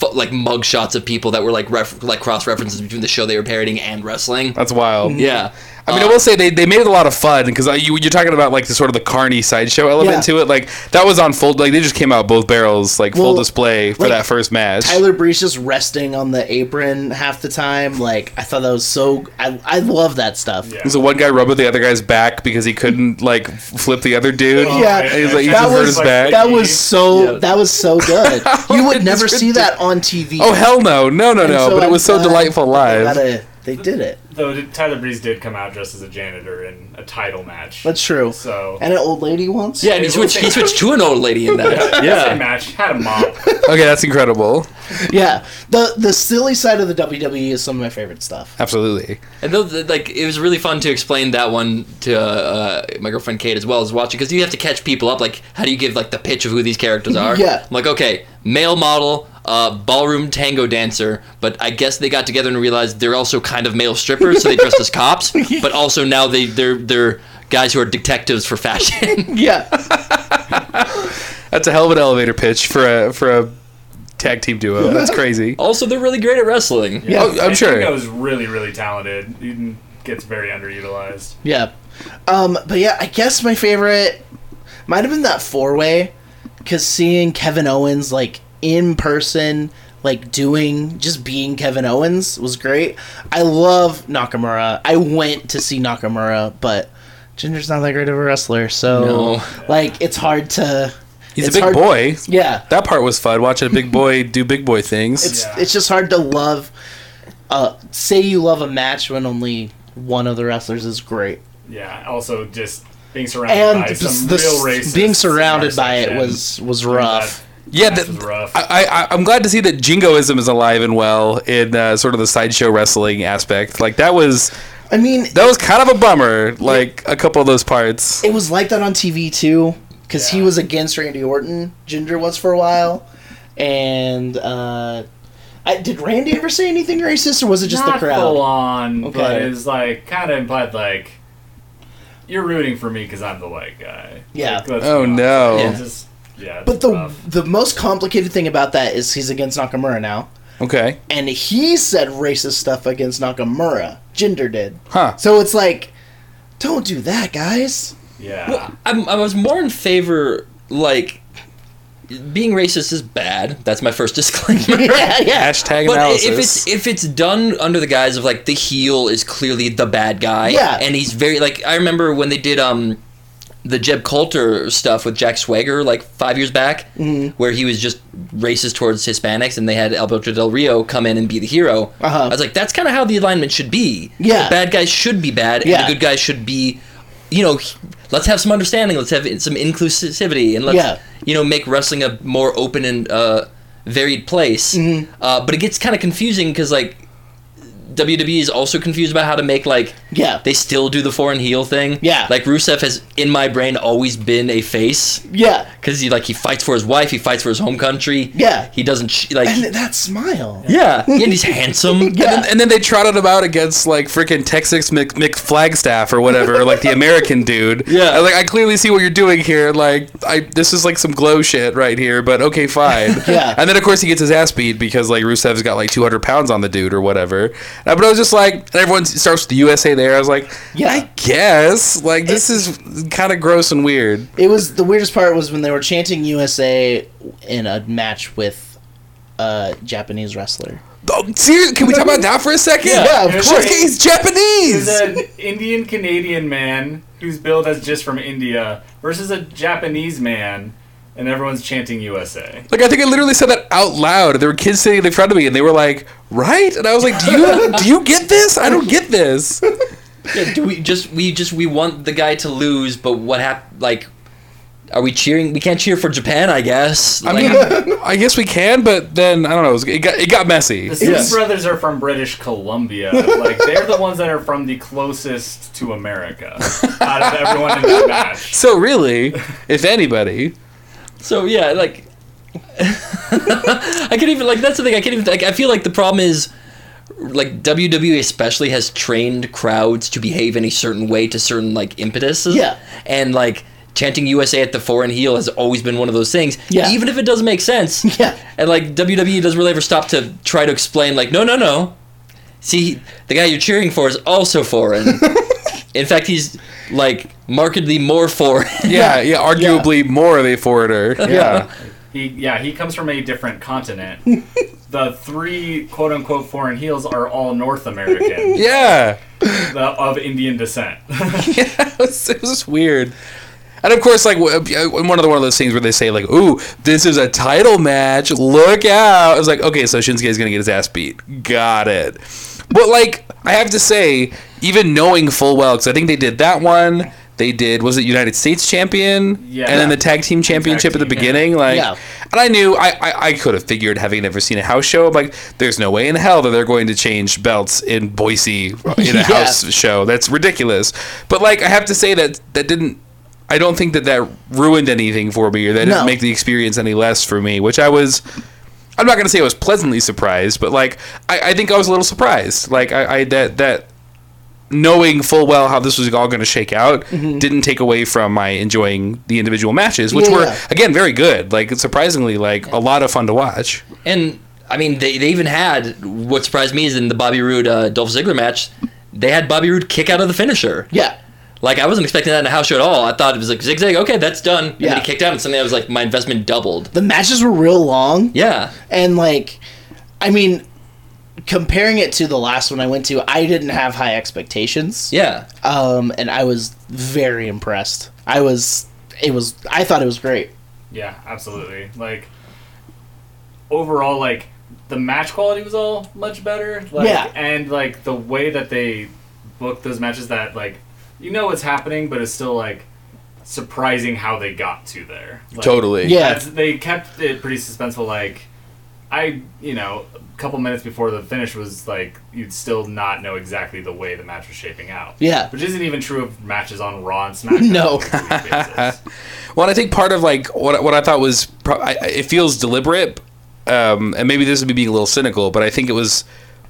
S6: f- like mug shots of people that were like ref- like cross references between the show they were parodying and wrestling.
S5: That's wild.
S6: Yeah.
S5: I mean, I will say they, they made it a lot of fun because you you're talking about like the sort of the carny sideshow element
S3: Yeah.
S5: to it. Like that was on full like they just came out both barrels like
S3: Well,
S5: full display for
S3: like,
S5: that first match.
S3: Tyler Breeze just resting on the apron half the time. Like I thought that was so. I, I love that stuff.
S4: Yeah.
S5: It was the one guy rubbing the other guy's back because he couldn't like f- flip the other dude.
S4: Oh,
S3: Yeah.
S4: man,
S5: He's like,
S4: that
S5: you
S3: That
S5: just hurt
S3: was-
S5: his back.
S3: That was so.
S6: Yeah.
S3: That was so good.
S5: (laughs)
S3: you would never see that on TV.
S5: Oh hell no, no no
S3: And
S5: no!
S3: so
S5: but it
S3: I'm
S5: was so
S3: glad
S5: delightful
S3: They,
S5: live.
S3: got a- they did it.
S4: Though did- Tyler Breeze did come out dressed as a janitor in a title match.
S3: That's true.
S4: so
S3: and an old lady once.
S6: Yeah, and he switched he switched to an old lady in that.
S4: same match had a
S3: (laughs)
S4: mop.
S5: (laughs) Okay, that's incredible.
S3: Yeah. The the silly side of the WWE is some of my favorite stuff.
S5: Absolutely.
S6: And though, the- like, it was really fun to explain that one to uh, uh, my girlfriend Kate as well as watching because you have to catch people up. Like, how do you give like the pitch of who these characters are?
S3: Yeah.
S6: I'm like, okay, male model, uh, ballroom tango dancer, but I guess they
S3: (laughs)
S6: got together and realized they're also kind of male strippers, so they dressed as cops. But also now they they're they're guys who are detectives
S3: (laughs)
S6: for fashion.
S3: Yeah.
S5: That's a hell of an elevator pitch for a for a tag team duo. That's crazy.
S6: also, they're really great at wrestling.
S3: (laughs) Yeah.
S5: Oh, I'm
S4: That
S5: sure.
S4: was really, really talented. He gets very underutilized.
S3: Yeah. Um, but yeah, I guess my favorite might have been that four way, because seeing Kevin Owens like in person, like doing just being Kevin Owens was great. I love Nakamura. I went to see Nakamura, but Ginger's not that great of a wrestler, so
S6: No.
S3: like it's hard to.
S5: He's a
S3: it's
S5: big
S3: hard-
S5: boy.
S3: Yeah,
S5: That part was fun. Watching
S3: (laughs)
S5: a big boy do big boy things.
S3: it's
S4: Yeah.
S3: it's just hard to love. Uh, say you love a match when only one of the wrestlers is great.
S4: Yeah. Also, just being surrounded
S3: and
S4: by
S3: this,
S4: some
S3: this-
S4: real racists.
S3: being
S4: in
S3: surrounded
S4: our
S3: by it
S4: section.
S3: was was rough.
S5: yeah,
S4: That
S5: that,
S4: was rough.
S5: I, I I'm glad to see that jingoism is alive and well in uh, sort of the sideshow wrestling aspect. Like that was
S3: I mean,
S5: that was kind of a bummer. Like a couple of those parts.
S3: it was like that on TV too, because he
S4: Yeah.
S3: was against Randy Orton. Ginger was for a while, and uh, I, did Randy ever say anything racist, or was it just
S4: Not
S3: the crowd?
S4: full on, but
S3: Okay.
S4: it was like kind of implied like you're rooting for me because I'm the white guy.
S3: Yeah.
S4: Like, let's
S5: Oh
S4: not.
S5: no.
S4: It's just- yeah. it's
S3: But the
S4: rough.
S3: the most complicated thing about that is he's against Nakamura now,
S5: Okay.
S3: and he said racist stuff against Nakamura. Ginger did,
S5: Huh.
S3: so it's like, don't do that, guys. (laughs)
S4: yeah.
S6: Well, I'm, I was more in favor, like, being racist is bad. That's my first (laughs) disclaimer.
S3: yeah, yeah.
S5: Hashtag
S6: But i-
S5: analysis.
S6: if it's if it's done under the guise of like the heel is clearly the bad guy,
S3: Yeah.
S6: and he's very like I remember when they did um the Jeb Coulter stuff with Jack Swagger like five years back,
S3: Mm-hmm.
S6: where he was just racist towards Hispanics, and they had Alberto Del Rio come in and be the hero.
S3: Uh-huh.
S6: I was like, that's kind of how the alignment should be.
S3: Yeah.
S6: the bad guys should be bad,
S3: Yeah.
S6: and the good guys should be, you know, he- let's have some understanding, let's have some inclusivity, and let's
S3: Yeah.
S6: you know make wrestling a more open and uh, varied place.
S3: Mm-hmm.
S6: Uh, but it gets kind of confusing because like WWE is also confused about how to make like
S3: Yeah.
S6: they still do the foreign heel thing.
S3: Yeah.
S6: like Rusev has in my brain always been a face
S3: yeah,
S6: because he like he fights for his wife, he fights for his home country.
S3: Yeah.
S6: he doesn't sh- like.
S3: and that smile.
S6: yeah, and he's handsome.
S3: (laughs) Yeah.
S5: and then they trotted him out against like freaking Texas Mc, McFlagstaff or whatever, like the
S6: (laughs)
S5: American dude.
S6: Yeah.
S5: I was like I clearly see what you're doing here. Like I, this is like some glow shit right here. But okay, fine.
S6: (laughs)
S3: Yeah.
S5: And then of course he gets his ass beat because like Rusev's got like 200 pounds on the dude or whatever. Uh, but I was just like, and everyone starts with the USA there. I was like,
S3: Yeah.
S5: yeah, I guess like this is kind of gross and weird.
S3: It was the weirdest part was when they were chanting USA in a match with a Japanese wrestler.
S5: Oh, seriously, can we talk about that for a second?
S3: Yeah, of
S5: Shinsuke
S3: course.
S5: is Japanese.
S4: There's an Indian Canadian man who's billed as just from India versus a Japanese man, and everyone's chanting USA.
S5: Like I think I literally said that out loud. There were kids sitting in front of me, and they were like, "Right?" And I was like, "Do you do you get this? I don't get this."
S6: Yeah, do we just we just we want the guy to lose? But what hap- Like, are we cheering? We can't cheer for Japan, I guess.
S5: I
S6: Like,
S5: mean, I guess we can, but then I don't know. It, was, it got it got messy.
S4: The Singh brothers are from British Columbia. Like they're the ones that are from the closest
S3: (laughs)
S4: to America out of everyone in the match.
S5: So really, if anybody,
S6: (laughs) So yeah, like (laughs) I could even like that's the thing I can't even like I feel like the problem is like WWE especially has trained crowds to behave in a certain way to certain like impetuses.
S3: Yeah.
S6: And like chanting USA at the foreign heel has always been one of those things.
S3: Yeah.
S6: Even if it doesn't make sense.
S3: (laughs) Yeah.
S6: And like WWE doesn't really ever stop to try to explain like, no no no. See the guy you're cheering for is also
S3: (laughs)
S6: foreign. in fact he's like markedly more foreign. (laughs)
S5: yeah, yeah, arguably more of a forwarder. Yeah,
S4: He, yeah, he comes from a different continent. The three quote unquote foreign heels are all
S3: (laughs)
S4: North American
S5: yeah.
S4: the, of Indian descent. (laughs)
S5: (laughs) it was it was just weird. And of course, like w- uh, one of the one of those things where they say like, "Ooh, this is a title match. Look out!" I was like, "Okay, so Shinsuke's gonna get his ass beat. Got it." But like, I have to say, even knowing full well, because I think they did that one. They did was it United States champion,
S4: Yeah.
S5: and then the tag team championship at the
S4: team, yeah.
S5: beginning, like,
S3: Yeah.
S5: and I knew I, I, I could have figured having never seen a house show, I'm like, there's no way in hell that they're going to change belts in Boise in a
S3: (laughs) Yeah.
S5: house show. That's ridiculous. But like, I have to say that that didn't. I don't think that that ruined anything for me, or that
S3: No.
S5: didn't make the experience any less for me. Which I was. I'm not gonna say I was pleasantly surprised, but like, I, I think I was a little surprised. Like, I, I that that knowing full well how this was all going to shake out didn't take away from my enjoying the individual matches, which
S3: Mm-hmm. Yeah,
S5: were
S3: yeah.
S5: again very good. Like surprisingly, like a lot of fun to watch.
S6: And I mean, they, they even had what surprised me is in the Bobby Roode uh, Dolph Ziggler match, they had Bobby Roode kick out of the finisher.
S3: Yeah.
S6: Like I wasn't expecting that in a house show at all. I thought it was like zigzag. Okay, that's done. And
S3: Yeah.
S6: then he kicked out, and suddenly I was like, my investment doubled.
S3: The matches were real long.
S6: Yeah.
S3: And like, I mean, comparing it to the last one I went to, I didn't have high expectations.
S6: Yeah.
S3: Um, and I was very impressed. I was, it was, I thought it was great.
S4: Yeah, absolutely. Like overall, like the match quality was all much better. Like,
S3: Yeah.
S4: and like the way that they booked those matches, that like you know what's happening, but it's still like surprising how they got to there. Like,
S5: Totally.
S3: Yeah.
S4: that's, they kept it pretty suspenseful. Like I, you know, a couple minutes before the finish was like you'd still not know exactly the way the match was shaping out.
S3: Yeah.
S4: which isn't even true of matches on Raw and SmackDown.
S3: (laughs) No.
S4: on a weekly basis.
S5: Well, and I think part of like what what I thought was pro- I, I- it feels deliberate, um, and maybe this would be being a little cynical, but I think it was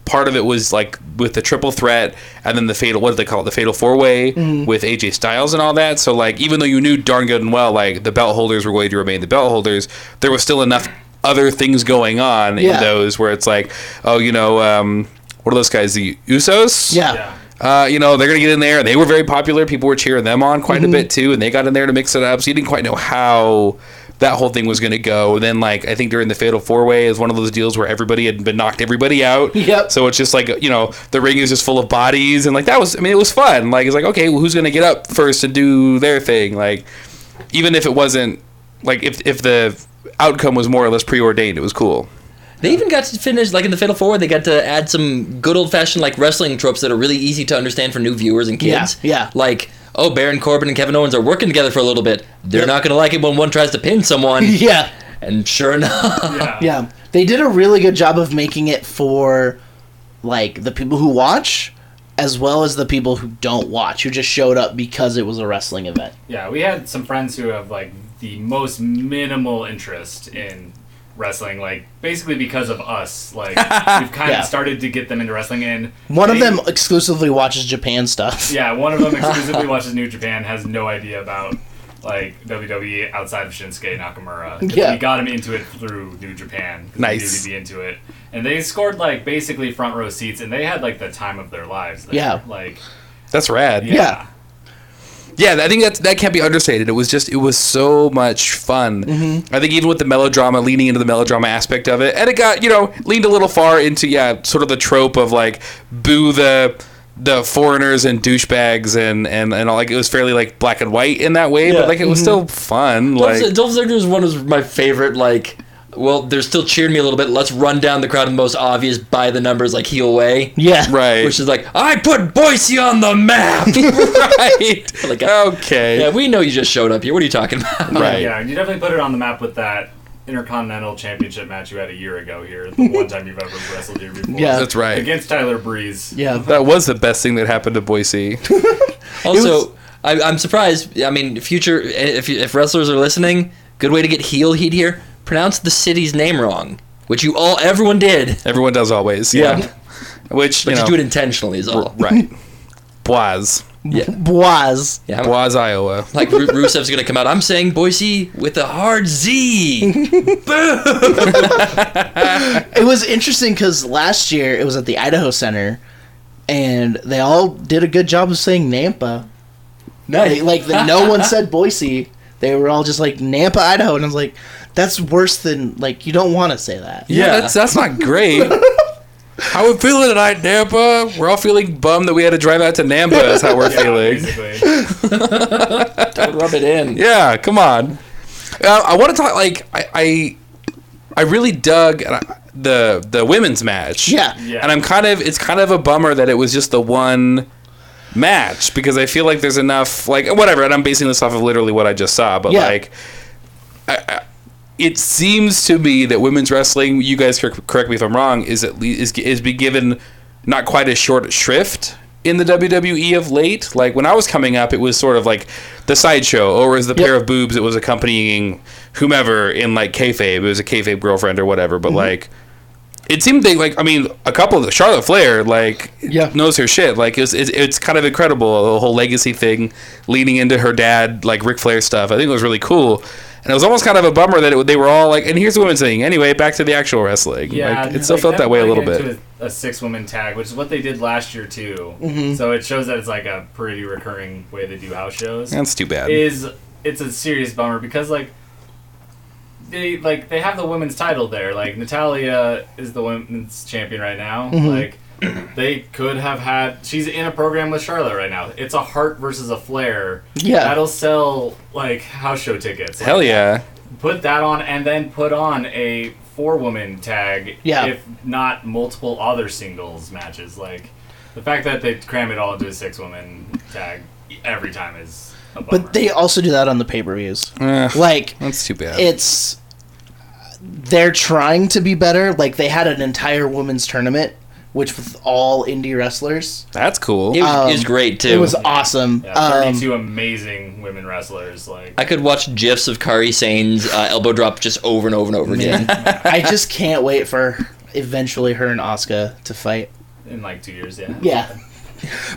S5: part of it was like with the triple threat and then the fatal what do they call it the fatal four way
S3: Mm-hmm.
S5: with AJ Styles and all that. So like even though you knew darn good and well like the belt holders were going to remain the belt holders, there was still enough other things going on
S3: Yeah.
S5: in those where it's like oh you know um, what are those guys the Usos
S3: Yeah.
S4: yeah.
S5: uh, you know, they're going to get in there. They were very popular. People were cheering them on quite a bit too, and they got in there to mix it up. So you didn't quite know how that whole thing was going to go. And then, like, I think during the Fatal Four Way is one of those deals where everybody had been knocked everybody out.
S3: Yep.
S5: So it's just like you know, the ring is just full of bodies, and like that was. I mean, it was fun. Like it's like okay, well, who's going to get up first and do their thing? Like even if it wasn't like if if the outcome was more or less preordained, it was cool.
S6: They even got to finish like in the Fatal Four. They got to add some good old fashioned like wrestling tropes that are really easy to understand for new viewers and kids.
S3: Yeah, yeah.
S6: Like oh, Baron Corbin and Kevin Owens are working together for a little bit. They're not gonna like it when one tries to pin someone.
S3: (laughs) Yeah.
S6: And sure (laughs) enough,
S4: Yeah.
S3: Yeah. They did a really good job of making it for like the people who watch as well as the people who don't watch who just showed up because it was a wrestling event.
S4: Yeah, we had some friends who have like the most minimal interest in wrestling, like basically because of us.
S3: (laughs)
S4: Like we've kind
S3: Yeah.
S4: of started to get them into wrestling, and
S3: One of
S4: they-
S3: them exclusively watches Japan stuff.
S4: Yeah, one of them
S3: (laughs)
S4: exclusively watches New Japan, has no idea about like WWE outside of Shinsuke Nakamura.
S3: Yeah.
S4: we got him into it through New Japan. 'cause we
S5: Nice.
S4: needed to be into it, and they scored like basically front row seats, and they had like the time of their lives. There.
S3: Yeah.
S4: like
S5: That's rad.
S4: yeah.
S3: (laughs) Yeah.
S5: Yeah, I think that's that can't be understated. It was just it was so much fun.
S6: Mm-hmm.
S5: I think even with the melodrama, leaning into the melodrama aspect of it, and it got you know leaned a little far into yeah, sort of the trope of like boo the the foreigners and douchebags and and and all like it was fairly like black and white in that way,
S6: Yeah. Mm-hmm.
S5: but like it was still fun.
S6: Dolph
S5: Like
S6: Z- Dolph Ziggler's one was my favorite. Like, well, they're still cheering me a little bit. Let's run down the crowd in the most obvious by the numbers like heel way. (laughs)
S3: Yeah.
S5: right,
S6: Which is like, I put Boise on the map. (laughs)
S5: right,
S6: Like,
S5: okay,
S6: yeah, we know you just showed up here. What are you talking about?
S5: right.
S4: Yeah, and you definitely put it on the map with that Intercontinental Championship match you had a year ago here, the one time you've ever wrestled here before.
S3: Yeah.
S5: That's right.
S4: Against Tyler Breeze.
S3: Yeah.
S5: That was the best thing that happened to
S6: (laughs)
S5: Boise.
S6: Also, I, I'm surprised. I mean, future if if wrestlers are listening, good way to get heel heat here. Pronounce the city's name wrong, which you all everyone did,
S5: Everyone does always.
S6: Yeah.
S5: Yeah, which
S6: but
S5: you
S6: you,
S5: know,
S6: do it intentionally is all. (laughs)
S5: right. Boise,
S3: Boise.
S6: Yeah. I'm-
S5: Boise, Iowa.
S6: Like Ru- Rusev's gonna come out. I'm saying Boise with a hard Z.
S3: It was interesting because last year it was at the Idaho Center, and they all did a good job of saying Nampa. They, like the, no one (laughs) said Boise. They were all just like Nampa, Idaho, and I was like, that's worse than like you don't want to say that.
S5: Yeah,
S6: Yeah.
S5: that's that's not great. (laughs) How we feeling tonight, Nampa? We're all feeling bummed that we had to drive out to Nampa. Is (laughs) how we're feeling. (laughs)
S4: Basically.
S6: Rub it in.
S5: Yeah, come on. Uh, I want to talk. Like, I, I, I really dug and I- the the women's match.
S3: Yeah.
S4: Yeah.
S5: and I'm kind of it's kind of a bummer that it was just the one match because I feel like there's enough like whatever. And I'm basing this off of literally what I just saw, but
S3: Yeah.
S5: like. I, I, it seems to me that women's wrestling, you guys cor- correct me if I'm wrong, is at least is, is be given not quite as short shrift in the WWE of late. Like when I was coming up, it was sort of like the sideshow, or as the pair of boobs that was accompanying whomever in like kayfabe. It was a kayfabe girlfriend or whatever. But like it seemed they like. I mean, a couple of the Charlotte Flair like
S9: Yeah.
S5: knows her shit. Like it's it's, it's kind of incredible the whole legacy thing, leading into her dad like Ric Flair stuff. I think it was really cool. And it was almost kind of a bummer that it, they were all like, and here's the women's thing. Anyway, back to the actual wrestling.
S4: Yeah,
S5: like,
S4: and
S5: it still
S4: like,
S5: felt that way a
S4: might
S5: little
S4: get
S5: bit.
S4: into A, a six-woman tag, which is what they did last year too. So it shows that it's like a pretty recurring way they do house shows.
S5: That's too bad.
S4: Is it's a serious bummer because like they like they have the women's title there. Like Natalia is the women's champion right now. Like they could have had she's in a program with Charlotte right now. It's a Hart versus a Flair.
S9: Yeah.
S4: that'll sell like house show tickets. Like,
S5: Hell yeah.
S4: put that on and then put on a four woman tag
S3: Yeah.
S4: if not multiple other singles matches like the fact that they cram it all into a six woman tag every time is a bummer.
S3: But they also do that on the pay per views.
S5: Eh,
S3: Like,
S5: that's too bad.
S3: it's they're trying to be better. Like they had an entire women's tournament, which was all indie wrestlers.
S5: that's cool.
S6: It was,
S3: Um,
S6: it was great too.
S3: It was awesome.
S4: yeah,
S3: Um,
S4: 32 amazing women wrestlers like
S6: I could watch gifs of Kari Sane's uh, elbow drop just over and over and over again.
S3: (laughs) I just can't wait for eventually her and Asuka to fight.
S4: in like two years yeah
S3: Yeah.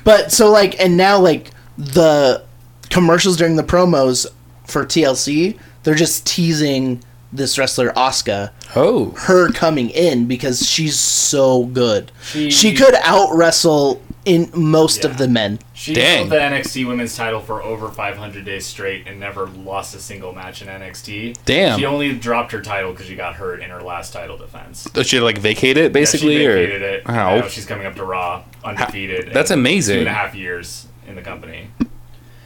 S3: But so like and now like the commercials during the promos for TLC, they're just teasing this wrestler Asuka,
S5: oh,
S3: her coming in because she's so good. She,
S4: She-
S3: could out wrestle in most of
S4: Yeah.
S3: the men.
S4: she
S5: Dang.
S4: held the NXT women's title for over 500 days straight and never lost a single match in NXT
S5: Damn.
S4: she only dropped her title because she got hurt in her last title defense
S5: Does she like vacate it
S4: Yeah,
S5: basically,
S4: she
S5: or
S4: vacated it.
S5: Wow.
S4: Now she's coming up to Raw undefeated.
S5: That's
S4: in
S5: amazing.
S4: Two and a half years in the company.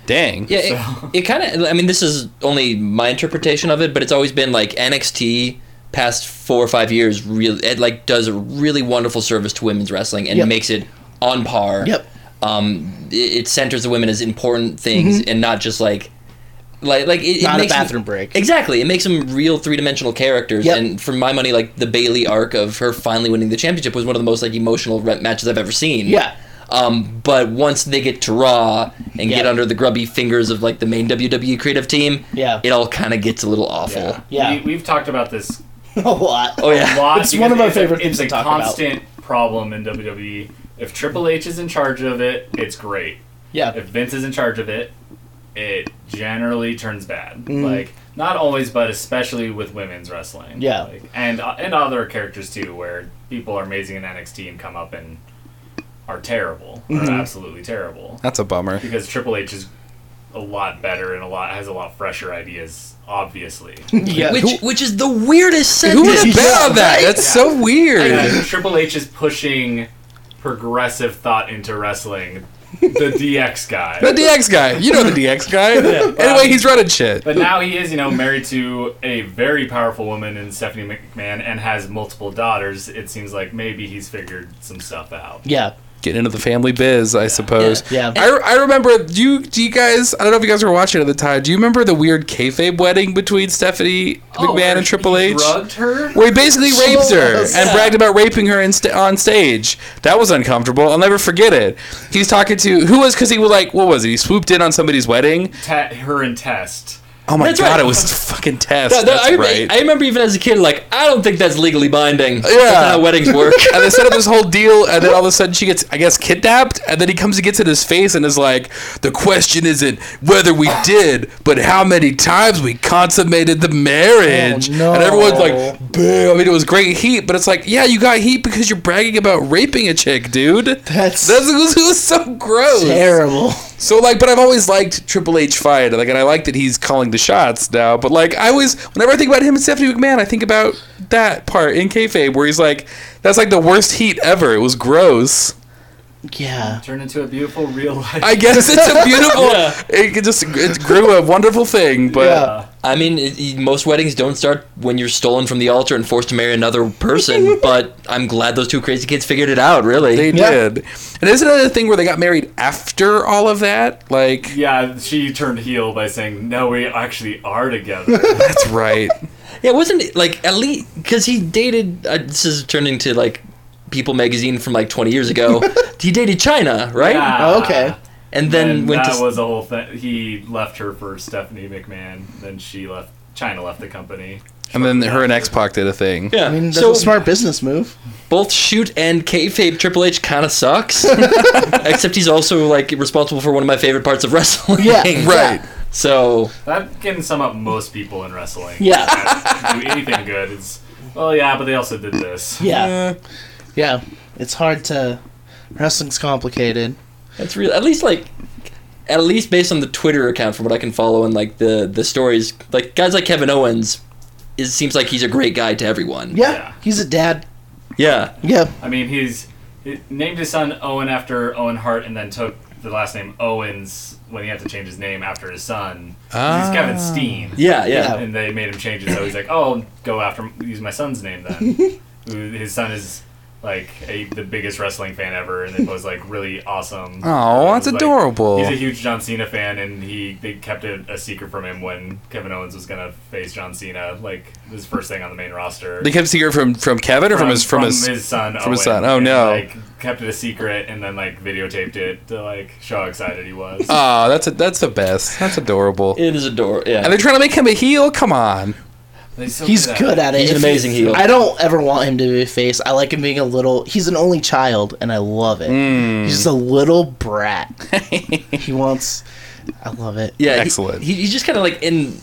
S5: dang,
S6: Yeah, it- it, kind of. I mean, this is only my interpretation of it, but it's always been like NXT past four or five years. Really, it like does a really wonderful service to women's wrestling and
S3: Yep.
S6: makes it on par.
S3: Yep.
S6: Um, it, it centers the women as important things and not just like. Like, like it, it
S3: Mm-hmm. Not a
S6: makes them-
S3: bathroom break.
S6: Exactly, it makes them real three-dimensional characters.
S3: Yep.
S6: And for my money, like the Bailey arc of her finally winning the championship was one of the most like emotional re- matches I've ever seen.
S3: Yeah.
S6: Um, but once they get to Raw and get
S3: Yeah.
S6: under the grubby fingers of like the main WWE creative team,
S3: Yeah.
S6: it all kind of gets a little awful.
S3: Yeah.
S4: We, we've talked about this
S3: (laughs) A lot.
S6: Oh
S4: a
S6: yeah,
S3: (laughs)
S4: lot.
S3: It's one
S4: because
S3: of our
S4: it's a-
S3: favorite
S4: It's
S3: things
S4: a
S3: to talk about.
S4: constant problem in WWE. If Triple H is in charge of it, it's great.
S3: Yeah.
S4: If Vince is in charge of it, it generally turns bad.
S3: Mm.
S4: Like not always, but especially with women's wrestling.
S3: Yeah.
S4: Like, and uh, and other characters too, where people are amazing in NXT and come up and are terrible,
S3: Mm-hmm.
S4: are absolutely terrible.
S5: that's a bummer.
S4: because Triple H is a lot better and a lot has a lot fresher ideas, obviously.
S3: (laughs) Yeah.
S6: which which is the weirdest
S5: Who
S6: sentence.
S5: would bet on that?
S6: right?
S5: That's so weird.
S4: And Triple H is pushing progressive thought into wrestling. The DX
S3: (laughs)
S4: guy.
S5: The DX guy, you know the DX guy. anyway, he's running shit.
S4: But now he is, you know, married to a very powerful woman in Stephanie McMahon and has multiple daughters. It seems like maybe he's figured some stuff out.
S3: Yeah.
S5: Get into the family biz, I suppose.
S3: Yeah. Yeah.
S5: I, I remember. Do you do you guys? I don't know if you guys were watching at the time. Do you remember the weird kayfabe wedding between Stephanie
S6: Oh,
S5: McMahon and Triple H?
S4: Drugged her?
S5: Where he basically raped her and
S3: yeah.
S5: bragged about raping her in sta on stage. That was uncomfortable. I'll never forget it. He's talking to who was because he was like, what was it? He swooped in on somebody's wedding.
S4: Ta- her and Test.
S5: Oh my
S6: That's
S5: god,
S6: right.
S5: it was fucking test.
S6: No, no,
S5: That's
S6: I, remember-
S5: right.
S6: I remember even as a kid, like I don't think that's legally binding. Yeah,
S5: Yeah.
S6: how
S5: (laughs)
S6: weddings (laughs) work.
S5: and they set up this whole deal, and then all of a sudden she gets, I guess, kidnapped, and then he comes and gets in his face and is like, "The question isn't whether we did, but how many times we consummated the marriage."
S3: Oh, no.
S5: And everyone's like, "Boo!" I mean, it was great heat, but it's like, yeah, you got heat because you're bragging about raping a chick, dude.
S3: That's-
S5: that's (laughs) it was, it was so gross.
S3: Terrible.
S5: So like, but I've always liked Triple H fight, like, and I like that he's calling the shots now. But like, I always, whenever I think about him and Stephanie McMahon, I think about that part in kayfabe where he's like, "That's like the worst heat ever. It was gross."
S3: Yeah.
S4: Turned into a beautiful (laughs) real life.
S5: I guess it's a beautiful. It could just it grew a wonderful thing, but
S3: Yeah.
S6: I mean, it, it- most weddings don't start when you're stolen from the altar and forced to marry another (laughs) person. but I'm glad those two crazy kids figured it out. Really,
S5: they
S3: Yeah.
S5: did. And there's another thing where they got married after all of that. Like,
S4: Yeah, she turned heel by saying, "No, we actually are together."
S5: that's right.
S6: Yeah, wasn't it like at least because he dated? Uh, this is turning to like People magazine from like 20
S4: (laughs)
S6: years ago. he dated China, right?
S4: Yeah.
S3: Oh, Okay.
S6: And then
S4: And
S6: went
S4: that
S6: to.
S4: was a whole thing. He left her for Stephanie McMahon. Then she left. China left the company.
S10: And then her and X Pac did a thing.
S6: Yeah.
S3: I mean, that's
S6: so
S3: a smart business move.
S6: both shoot and kayfabe Triple H kind of
S3: (laughs)
S6: sucks. Except he's also like responsible for one of my favorite parts of (laughs) wrestling.
S3: Yeah,
S6: right. (laughs) So
S4: That can sum up most people in wrestling.
S3: Yeah,
S4: That (laughs) do anything good. It's well, yeah, but they also did this.
S3: yeah, yeah. It's hard to. Wrestling's complicated.
S6: that's real. At least like, at least based on the Twitter account from what I can follow and like the the stories, like guys like Kevin Owens, it seems like he's a great guy to everyone.
S3: Yeah,
S4: Yeah.
S3: he's a dad.
S6: Yeah.
S3: Yeah,
S4: I mean, he's he named his son Owen after Owen Hart, and then took the last name Owens when he had to change his name after his son.
S10: Ah.
S4: 'Cause He's Kevin Steen.
S6: Yeah.
S3: Yeah.
S6: Yeah.
S4: And they made him change it, so he's like, "Oh, I'll go after use my son's name then." Who- his son is like a, the biggest wrestling fan ever, and it was like really awesome. Um,
S10: Aw, that's
S4: Like,
S10: adorable.
S4: He's a huge John Cena fan, and he they kept it a secret from him when Kevin Owens was gonna face John Cena, like his first thing on the main roster.
S10: They kept secret from from Kevin or from, his from, his.
S4: son
S10: from his
S4: Owen,
S10: son. Oh,
S4: and,
S10: no.
S4: Like kept it a secret and then like videotaped it to like show how excited he was.
S5: Ah,
S10: Aw, that's a, that's the best. That's adorable.
S6: It is adorable. Yeah.
S10: And they're trying to make him a heel. Come on.
S4: They still
S3: he's
S4: do that.
S3: good at it.
S6: He's an
S3: If
S6: amazing heel.
S3: I don't ever want him to be a face. I like him being a little. He's an only child, and I love it. He's just a little brat. he wants. I love it.
S6: Yeah, he-
S10: Excellent.
S6: He, he's just kind of like in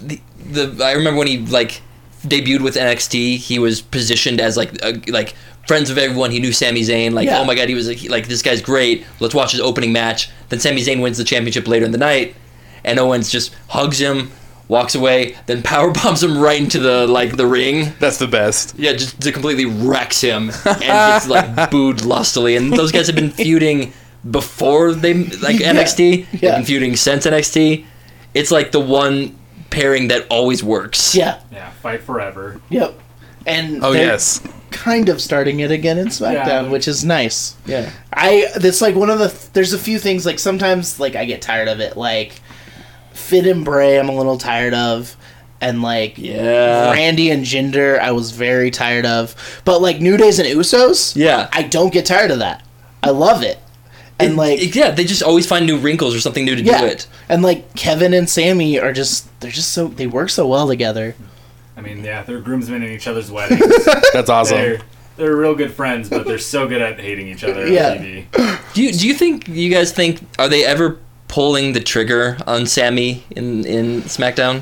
S6: the, the. I remember when he like debuted with NXT, he was positioned as like a, like friends of everyone. He knew Sami Zayn. Like,
S3: Yeah.
S6: oh my god, he was like, he- like this guy's great. Let's watch his opening match. Then Sami Zayn wins the championship later in the night, and Owens just hugs him, walks away, then power (laughs) bombs him right into the like the ring.
S10: That's the best.
S6: Yeah, just to completely
S3: (laughs)
S6: wrecks him and gets like booed lustily. And those guys have been feuding before they like
S3: Yeah.
S6: NXT. They've
S3: Yeah.
S6: been feuding since NXT. It's like the one pairing that always works.
S3: Yeah.
S4: Yeah, fight forever.
S3: Yep. And
S10: Oh
S3: they're
S10: yes.
S3: kind of starting it again in SmackDown,
S4: Yeah.
S3: which is nice.
S6: yeah.
S3: I that's like one of the there's a few things like sometimes like I get tired of it like Finn and Bray I'm a little tired of and like
S6: Yeah.
S3: Randy and Jinder I was very tired of but like New Days and Usos
S6: Yeah.
S3: I don't get tired of that I love it and like
S6: It- yeah, they just always find new wrinkles or something new to
S3: yeah
S6: do it.
S3: and like Kevin and Sammy are just they're just so they work so well together
S4: I mean, yeah, they're groomsmen in each other's weddings.
S10: That's (laughs) awesome.
S4: they're they're real good friends, but they're so good at hating each other on
S3: Yeah.
S4: TV.
S6: Do you do you think you guys think are they ever pulling the trigger on Sammy in in SmackDown?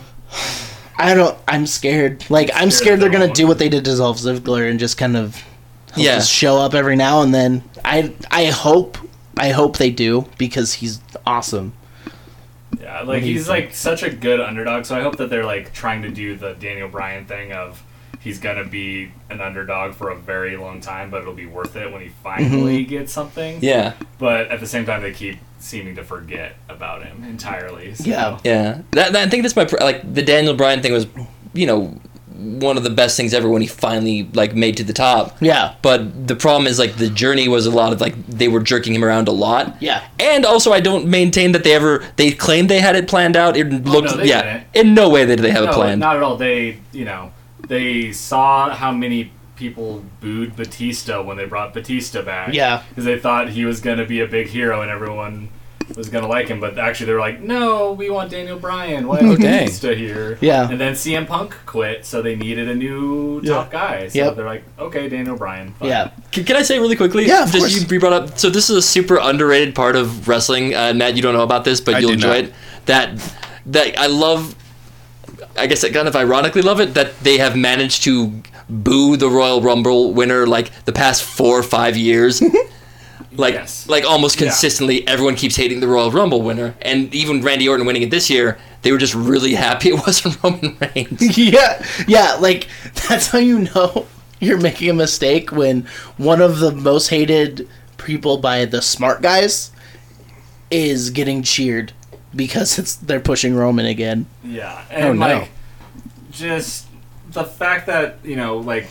S3: I don't I'm scared like I'm
S4: Scared
S3: scared they're
S4: they're
S3: gonna
S4: all-
S3: do what they did to Dolph Ziggler and just kind of He'll
S6: Yeah.
S3: just show up every now and then. I I hope I hope they do because he's awesome.
S4: Yeah, like he's like such a good underdog, so I hope that they're like trying to do the Daniel Bryan thing of he's gonna be an underdog for a very long time, but it'll be worth it when he finally
S3: Mm-hmm.
S4: gets something.
S6: Yeah.
S4: But at the same time, they keep seeming to forget about him entirely. So.
S3: Yeah.
S6: Yeah, that, that- I think that's my pr- like the Daniel Bryan thing was, you know, one of the best things ever when he finally like made to the top.
S3: Yeah.
S6: But the problem is like the journey was a lot of like they were jerking him around a lot.
S3: Yeah.
S6: And also, I don't maintain that they ever they claimed they had it planned out. It looked
S4: Oh, they
S6: yeah.
S4: didn't.
S6: In no way did they have
S4: no,
S6: a plan.
S4: not at all. They, you know, they saw how many people booed Batista when they brought Batista back.
S3: Yeah.
S4: because they thought he was gonna be a big hero and everyone was gonna like him. But actually, they were like, "No, we want Daniel
S3: (laughs)
S4: Bryan. Why is
S10: dang.
S4: Batista here?"
S3: Yeah.
S4: and then CM Punk quit, so they needed a new top guy. So
S3: Yep.
S4: they're like, "Okay, Daniel Bryan." fine."
S3: Yeah.
S6: Can, can I say really quickly?
S3: Yeah, of
S6: just
S3: course.
S6: you you brought up. So this is a super underrated part of wrestling. Uh, Matt, you don't know about this, but
S10: I
S6: you'll
S10: do
S6: enjoy
S10: not.
S6: it. That that I love. I guess I kind of ironically love it that they have managed to boo the Royal Rumble winner like the past four or
S3: (laughs)
S6: five years. like
S4: Yes.
S6: like almost
S4: Yeah.
S6: consistently, everyone keeps hating the Royal Rumble winner, and even Randy Orton winning it this year. They were just really happy it wasn't Roman Reigns.
S3: (laughs) yeah. Yeah, like (laughs) that's how you know (laughs) you're making a mistake when one of the most hated people by the smart guys is getting cheered because (laughs) it's they're pushing Roman again.
S4: Yeah, and
S10: no.
S4: like just the fact that you know, like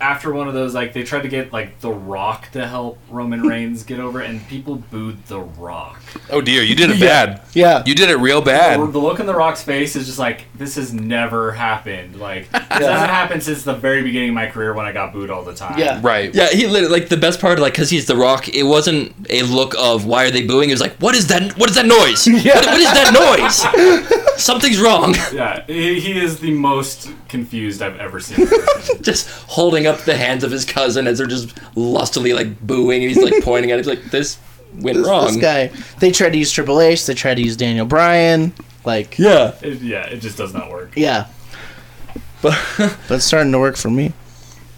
S4: after one of those, like they tried to get like The Rock to help Roman Reigns get over, it, and people booed The Rock.
S10: Oh dear, you did it bad.
S3: Yeah.
S10: You did it real
S4: The
S10: bad.
S4: look in The Rock's face is just like this has never happened. Like this hasn't happened since the very beginning of my career when I got booed all the time.
S3: Yeah.
S10: Right.
S6: Yeah, he lit like the best part, like because he's the Rock. It wasn't
S3: (laughs)
S6: a look of why are they booing. It was like, what is that? What is that noise? What- what is that noise? Something's wrong. (laughs)
S4: Yeah, he, he is the most confused I've ever seen.
S6: just holding up the hands of his cousin as they're just lustily like booing and he's like pointing at him. He's like, this went wrong.
S3: This guy. They tried to use Triple H. They tried to use Daniel Bryan. Like, yeah,
S6: Yeah.
S4: It- yeah, it just does not work.
S6: But
S3: but it's starting to work for me.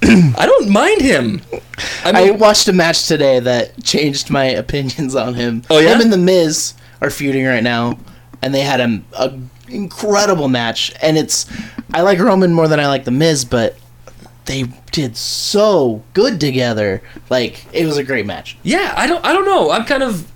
S6: I don't mind him. I
S3: I
S6: mean,
S3: watched a match today that (laughs) changed my opinions on him.
S6: Oh, yeah?
S3: him and the Miz are feuding right now, and they had an a incredible match. And it's I like Roman more than I like the Miz, but they did so good together. Like it was a great match.
S6: yeah, I don't I don't know. I'm kind of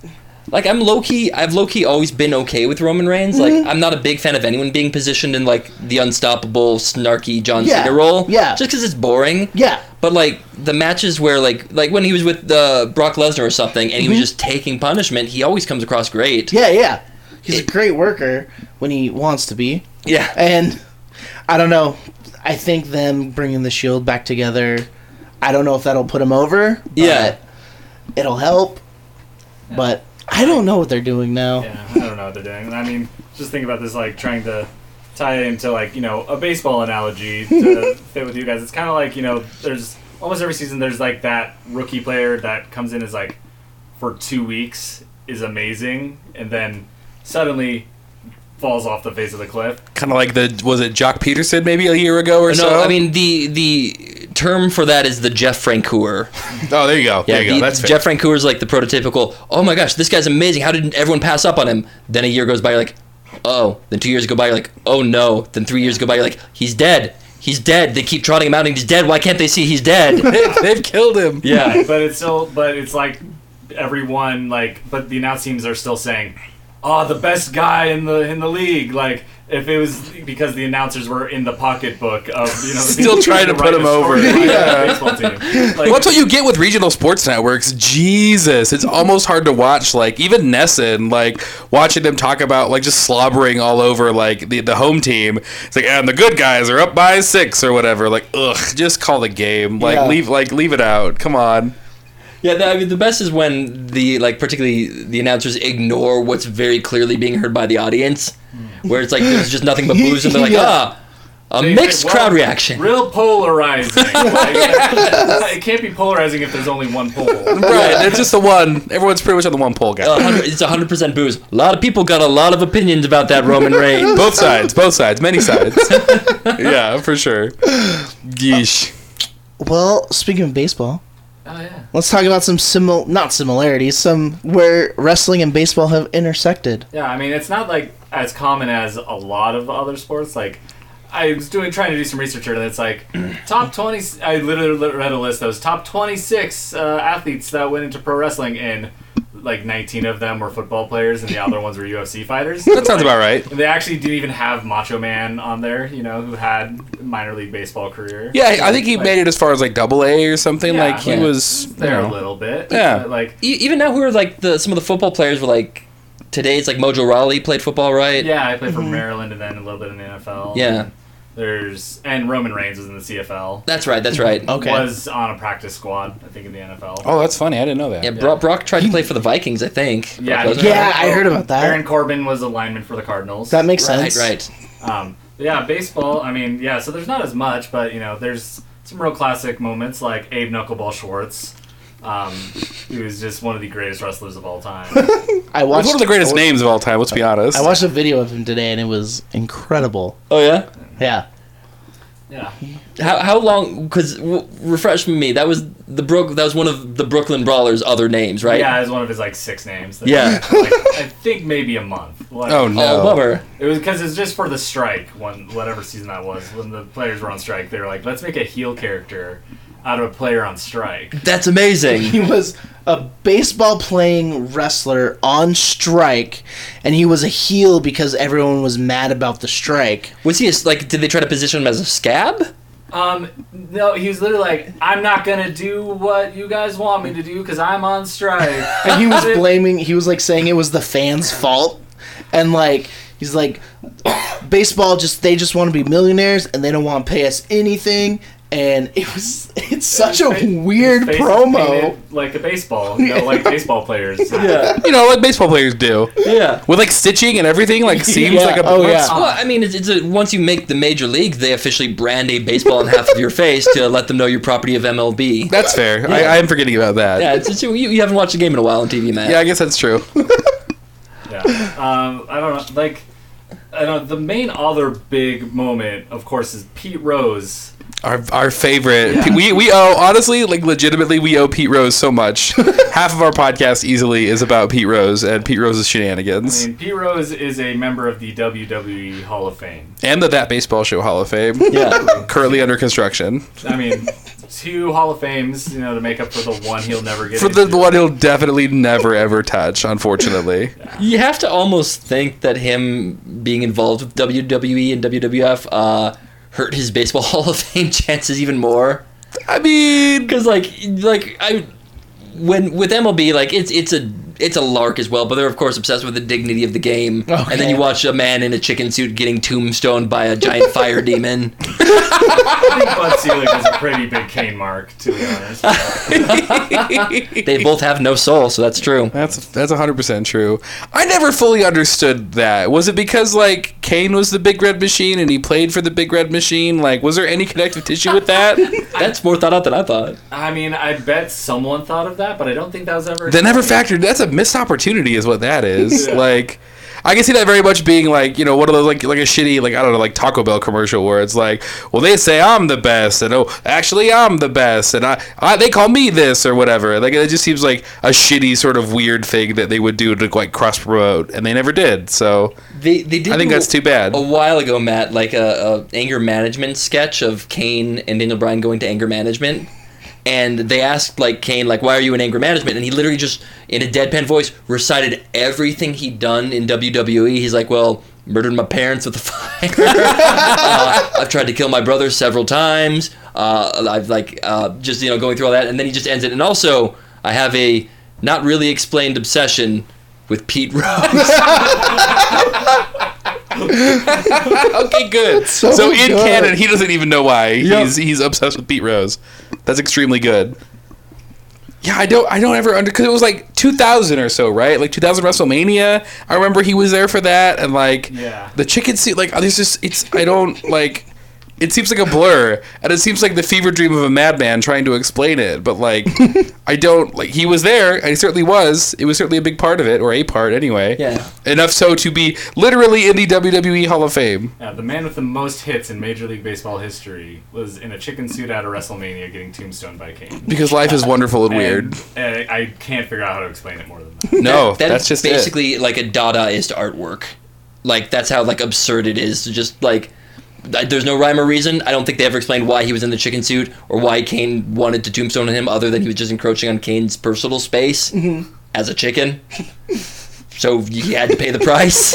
S6: like I'm low key I've low key always been okay with Roman Reigns.
S3: Mm-hmm.
S6: Like I'm not a big fan of anyone being positioned in like the unstoppable snarky John
S3: Yeah,
S6: Cena role.
S3: yeah.
S6: Just cuz it's boring.
S3: Yeah,
S6: But like the matches where like like when he was with uh, Brock Lesnar or something and he was just taking punishment, he always comes across great.
S3: Mm-hmm. yeah, yeah. He's a
S6: It-
S3: great worker when he wants to be.
S6: Yeah.
S3: And I don't know. I think them bringing the Shield back together. I don't know if that'll put him over. But
S6: Yeah.
S3: it'll help. But I don't know what they're doing now.
S4: Yeah, I don't know what they're doing. I mean, just think about this, like trying to tie it into like you know a baseball analogy to fit with you guys. It's kind of like you know, there's almost every season there's like that rookie player that comes in as like for two weeks is amazing, and then suddenly falls off the face of the cliff.
S5: Kind of like the was it Jock Peterson maybe a year ago or
S6: No,
S5: so?
S6: I mean the the term for that is the Jeff Francoeur.
S5: oh, there you go. there you
S6: the-
S5: go. That's fair.
S6: Jeff Francoeur is like the prototypical. Oh my gosh, this guy's amazing. How did everyone pass up on him? Then a year goes by, you're like, oh. Then two years go by, you're like, oh no. Then three years go by, you're like, he's dead. He's dead. They keep trotting him out, and he's dead. Why can't they see he's
S5: (laughs)
S6: dead?
S5: They've- They've killed him.
S6: yeah.
S4: But it's still, but it's like everyone like, but the announce teams are still saying, "Oh, the best guy in the in the league." Like if it was because the announcers were in the pocketbook of you know the
S5: Still
S4: people
S5: trying
S4: who
S5: to put
S4: write
S5: him
S4: the
S5: over.
S4: storyline
S5: Yeah.
S4: of the baseball team. Like,
S5: Well, that's what you get with regional sports networks. Jesus, it's almost hard to watch. Like even Nesson, like watching them talk about like just slobbering all over like the, the home team. It's like and the good guys are up by six or whatever. Like ugh, just call the game. Like
S3: Yeah.
S5: leave like leave it out. Come on.
S6: Yeah, the, I mean, the best is when the like, particularly the announcers ignore what's very clearly being heard by the audience, where it's like there's just
S5: (laughs)
S6: nothing but booze, and they're like,
S3: Yeah.
S6: ah, a
S4: they-
S6: mixed
S4: well,
S6: crowd reaction.
S4: Real polarizing. Like, It can't be polarizing if there's only one pole.
S5: Right, they're just the one. Everyone's pretty much on the one pole guy.
S6: A hundred- It's 100% booze. A lot of people got a lot of opinions about that Roman Reigns.
S5: both sides, both sides, many sides. (laughs) yeah, for sure. Yeesh.
S3: Well, speaking of baseball,
S4: Oh yeah.
S3: let's talk about some simil not similarities, some where wrestling and baseball have intersected.
S4: Yeah, I mean, it's not like as common as a lot of other sports. Like, I was doing trying to do some research here, and it's
S5: (clears throat)
S4: like top twenty. I literally li- read a list that was top twenty six uh, athletes that went into pro wrestling, and like nineteen of them were football players, and the other ones were UFC fighters.
S5: (laughs) That sounds about right.
S4: They actually didn't even have Macho Man on there, you know, who had minor league baseball career.
S5: Yeah, I think he
S4: Like,
S5: made it as far as like double A or something.
S4: Yeah,
S5: like he
S6: like,
S5: was
S4: there
S5: you
S4: a
S5: know.
S4: little bit.
S5: Yeah.
S4: but, like
S6: E- even now, who are like the some of the football players were like today? It's like Mojo Raleigh played football, right?
S4: yeah, I played for
S5: Mm-hmm.
S4: Maryland and then a little bit in the NFL.
S6: Yeah.
S4: There's and Roman Reigns was in the CFL.
S6: That's
S4: (laughs)
S6: right. That's right.
S3: Okay.
S4: was on a practice squad, I think, in the NFL.
S5: Oh, that's funny. I didn't know that.
S6: Yeah, Brock, Brock
S3: (laughs)
S6: tried to play for the Vikings, I think.
S4: Yeah,
S6: Brock Lesnar.
S3: yeah, I heard about that.
S4: Aaron Corbin was a lineman for the Cardinals.
S3: that makes
S6: Right,
S3: sense.
S6: right.
S4: um, yeah, baseball. I mean, yeah. So there's not as much, but you know, there's some real classic moments like Abe Knuckleball Schwartz. Um, who is just one of the greatest wrestlers of
S3: (laughs)
S4: all time.
S3: I
S5: It's
S3: watched
S5: one of the greatest names of all time. Let's be honest.
S3: I watched a video of him today, and it was incredible.
S6: Oh yeah.
S3: Yeah.
S4: Yeah,
S6: How how long? Because w- refresh me. That was the Brook. That was one of the Brooklyn Brawlers' other names, right?
S4: yeah, it was one of his like six names. that-
S6: Yeah.
S4: like, I think maybe a month. Like,
S5: oh no.
S6: Oh, bummer.
S4: It was because it was just for the strike when whatever season that was when the players were on strike. They were like, let's make a heel character out of a player on strike.
S6: That's amazing.
S3: he (laughs) was a baseball playing wrestler on strike and he was a heel because everyone was mad about the strike
S6: Was he a s like? Did they try to position him as a scab?
S4: Um, no, he was literally like, I'm not gonna do what you guys want me to do because I'm on
S5: (laughs)
S4: strike.
S3: and he
S4: (laughs)
S3: was blaming he was like saying it was the fans fault and like he's like baseball just they just want to be millionaires and they don't want to pay us anything and it was (laughs) it's such a
S4: His face-
S3: weird
S4: his face is
S3: promo.
S4: painted Like a baseball, you know,
S5: (laughs)
S4: like baseball players.
S6: Yeah.
S5: You know, like baseball players do.
S6: Yeah.
S5: With like stitching and everything, like seems
S3: Yeah,
S5: like a
S3: oh, yeah.
S6: Well, I mean, it's, it's a, once you make the major league, they officially brand a baseball in half of your face to let them know you're property of MLB.
S5: That's fair. I, I am forgetting about that.
S6: Yeah, it's, it's, you, you haven't watched a game in a while on TV, man.
S5: Yeah, I guess that's true.
S4: Yeah. Um, I don't know. Like, I don't. The main other big moment, of course, is Pete Rose.
S5: Our, our favorite. We, we owe, honestly, like legitimately, we owe Pete Rose so
S4: (laughs)
S5: much. Half of our podcast easily is about Pete Rose and Pete Rose's
S4: I
S5: shenanigans
S4: mean, Pete Rose is a member of the WWE Hall of Fame.
S5: and the That Baseball Show Hall
S4: (laughs)
S5: of Fame, (laughs)
S6: Yeah.
S5: currently under construction.
S4: I
S5: (laughs)
S4: mean, two Hall of Fames, you know, to make up for the one he'll never get.
S5: For the
S4: into.
S5: one he'll definitely never ever touch, unfortunately.
S6: You have to almost think that him being involved with WWE and WWF uh, hurt his baseball (laughs) Hall of Fame chances even more.
S5: I mean,
S6: Because like like I when with MLB like it's it's a it's a lark as well, but they're of course obsessed with the dignity of the game. And then
S3: Okay.
S6: you watch a man in a chicken suit getting tombstoned by a giant fire demon.
S4: I think Bud Selig was a pretty big cane mark, to be
S5: (laughs)
S4: honest.
S6: They both have no soul, so that's true.
S5: that's that's 100% true. I never fully understood that. Was it because like Kane was the Big Red Machine and he played for the Big Red Machine? Like was there any connective tissue with
S4: (laughs)
S5: that?
S6: That's more thought out than I thought.
S4: I mean, I bet someone thought of that, but I don't think that was ever.
S5: They never factored. That's a missed opportunity, is what that is. Like, I can see that very much being like you know one of those like like a shitty like I don't know like Taco Bell commercial where it's like, well they say I'm the best and oh actually I'm the best and I, I they call me this or whatever. Like it just seems like a shitty sort of weird thing that they would do to like cross promote and they never did. So
S6: They they did
S5: I think
S6: do
S5: that's too bad.
S6: A while ago, Matt, like a, a anger management sketch of Kane and Daniel Bryan going to anger management, and they asked like Kane, like, "Why are you in anger management?" And he literally just, in a deadpan voice, recited everything he'd done in WWE. He's like, "Well, murdered my parents with a (laughs) fire. uh, I've tried to kill my brother several times. Uh, I've like uh, just you know going through all that, and then he just ends it. And also, I have a not really explained obsession." With Pete Rose.
S5: okay, good. So, in
S3: good.
S5: canon, he doesn't even know why he's he's obsessed with Pete Rose. That's extremely good. Yeah, I don't I don't ever under because it was like 2000 or so, right? Like 2000 WrestleMania. I remember he was there for that, and like
S4: Yeah.
S5: the chicken seat. Like there's just it's I don't like. It seems like a blur, and it seems like the fever dream of a madman trying to explain it. But like, I don't like. He was there, and he certainly was. It was certainly a big part of it, or a part anyway.
S6: Yeah.
S5: Enough so to be literally in the WWE Hall of Fame.
S4: Yeah, the man with the most hits in Major League Baseball history was in a chicken suit at a WrestleMania getting tombstoned by Kane.
S5: Because life is wonderful and weird.
S4: And, uh, I can't figure out how to explain it more than that. (laughs)
S5: No,
S6: That is
S5: that's just basically.
S6: basically like a Dadaist artwork. Like that's how like absurd it is to just like th- there's no rhyme or reason. I don't think they ever explained why he was in the chicken suit or why Kane wanted to tombstone him, other than he was just encroaching on Kane's personal space as a chicken. so he had to pay the price.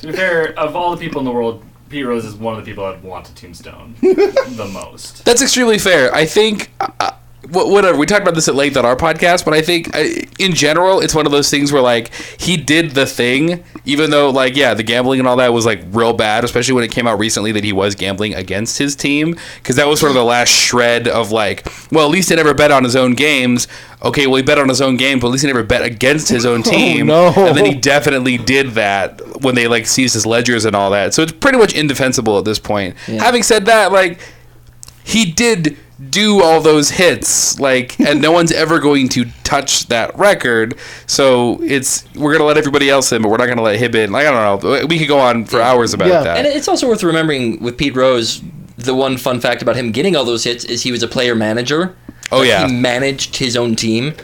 S4: To be fair, of all the people in the world, Pete Rose is one of the people I'd want to (laughs) tombstone the most.
S5: That's extremely fair. I think. Uh, wh- whatever we talked about this at length on our podcast, but I think uh, in general it's one of those things where like he did the thing, even though like yeah the gambling and all that was like real bad, especially when it came out recently that he was gambling against his team because that was sort of the last shred of like well at least he never bet on his own games. Okay, well he bet on his own games, but at least he never bet against his own team.
S3: no.
S5: and then he definitely did that when they like seized his ledgers and all that. So it's pretty much indefensible at this point. Having said that, like he did do all those hits like and no one's ever going to touch that record so it's we're gonna let everybody else in but we're not gonna let him in like i don't know we could go on for hours about
S3: Yeah.
S5: that
S6: And it's also worth remembering with Pete Rose, the one fun fact about him getting all those hits is he was a player manager.
S5: Oh, yeah.
S6: He managed his own team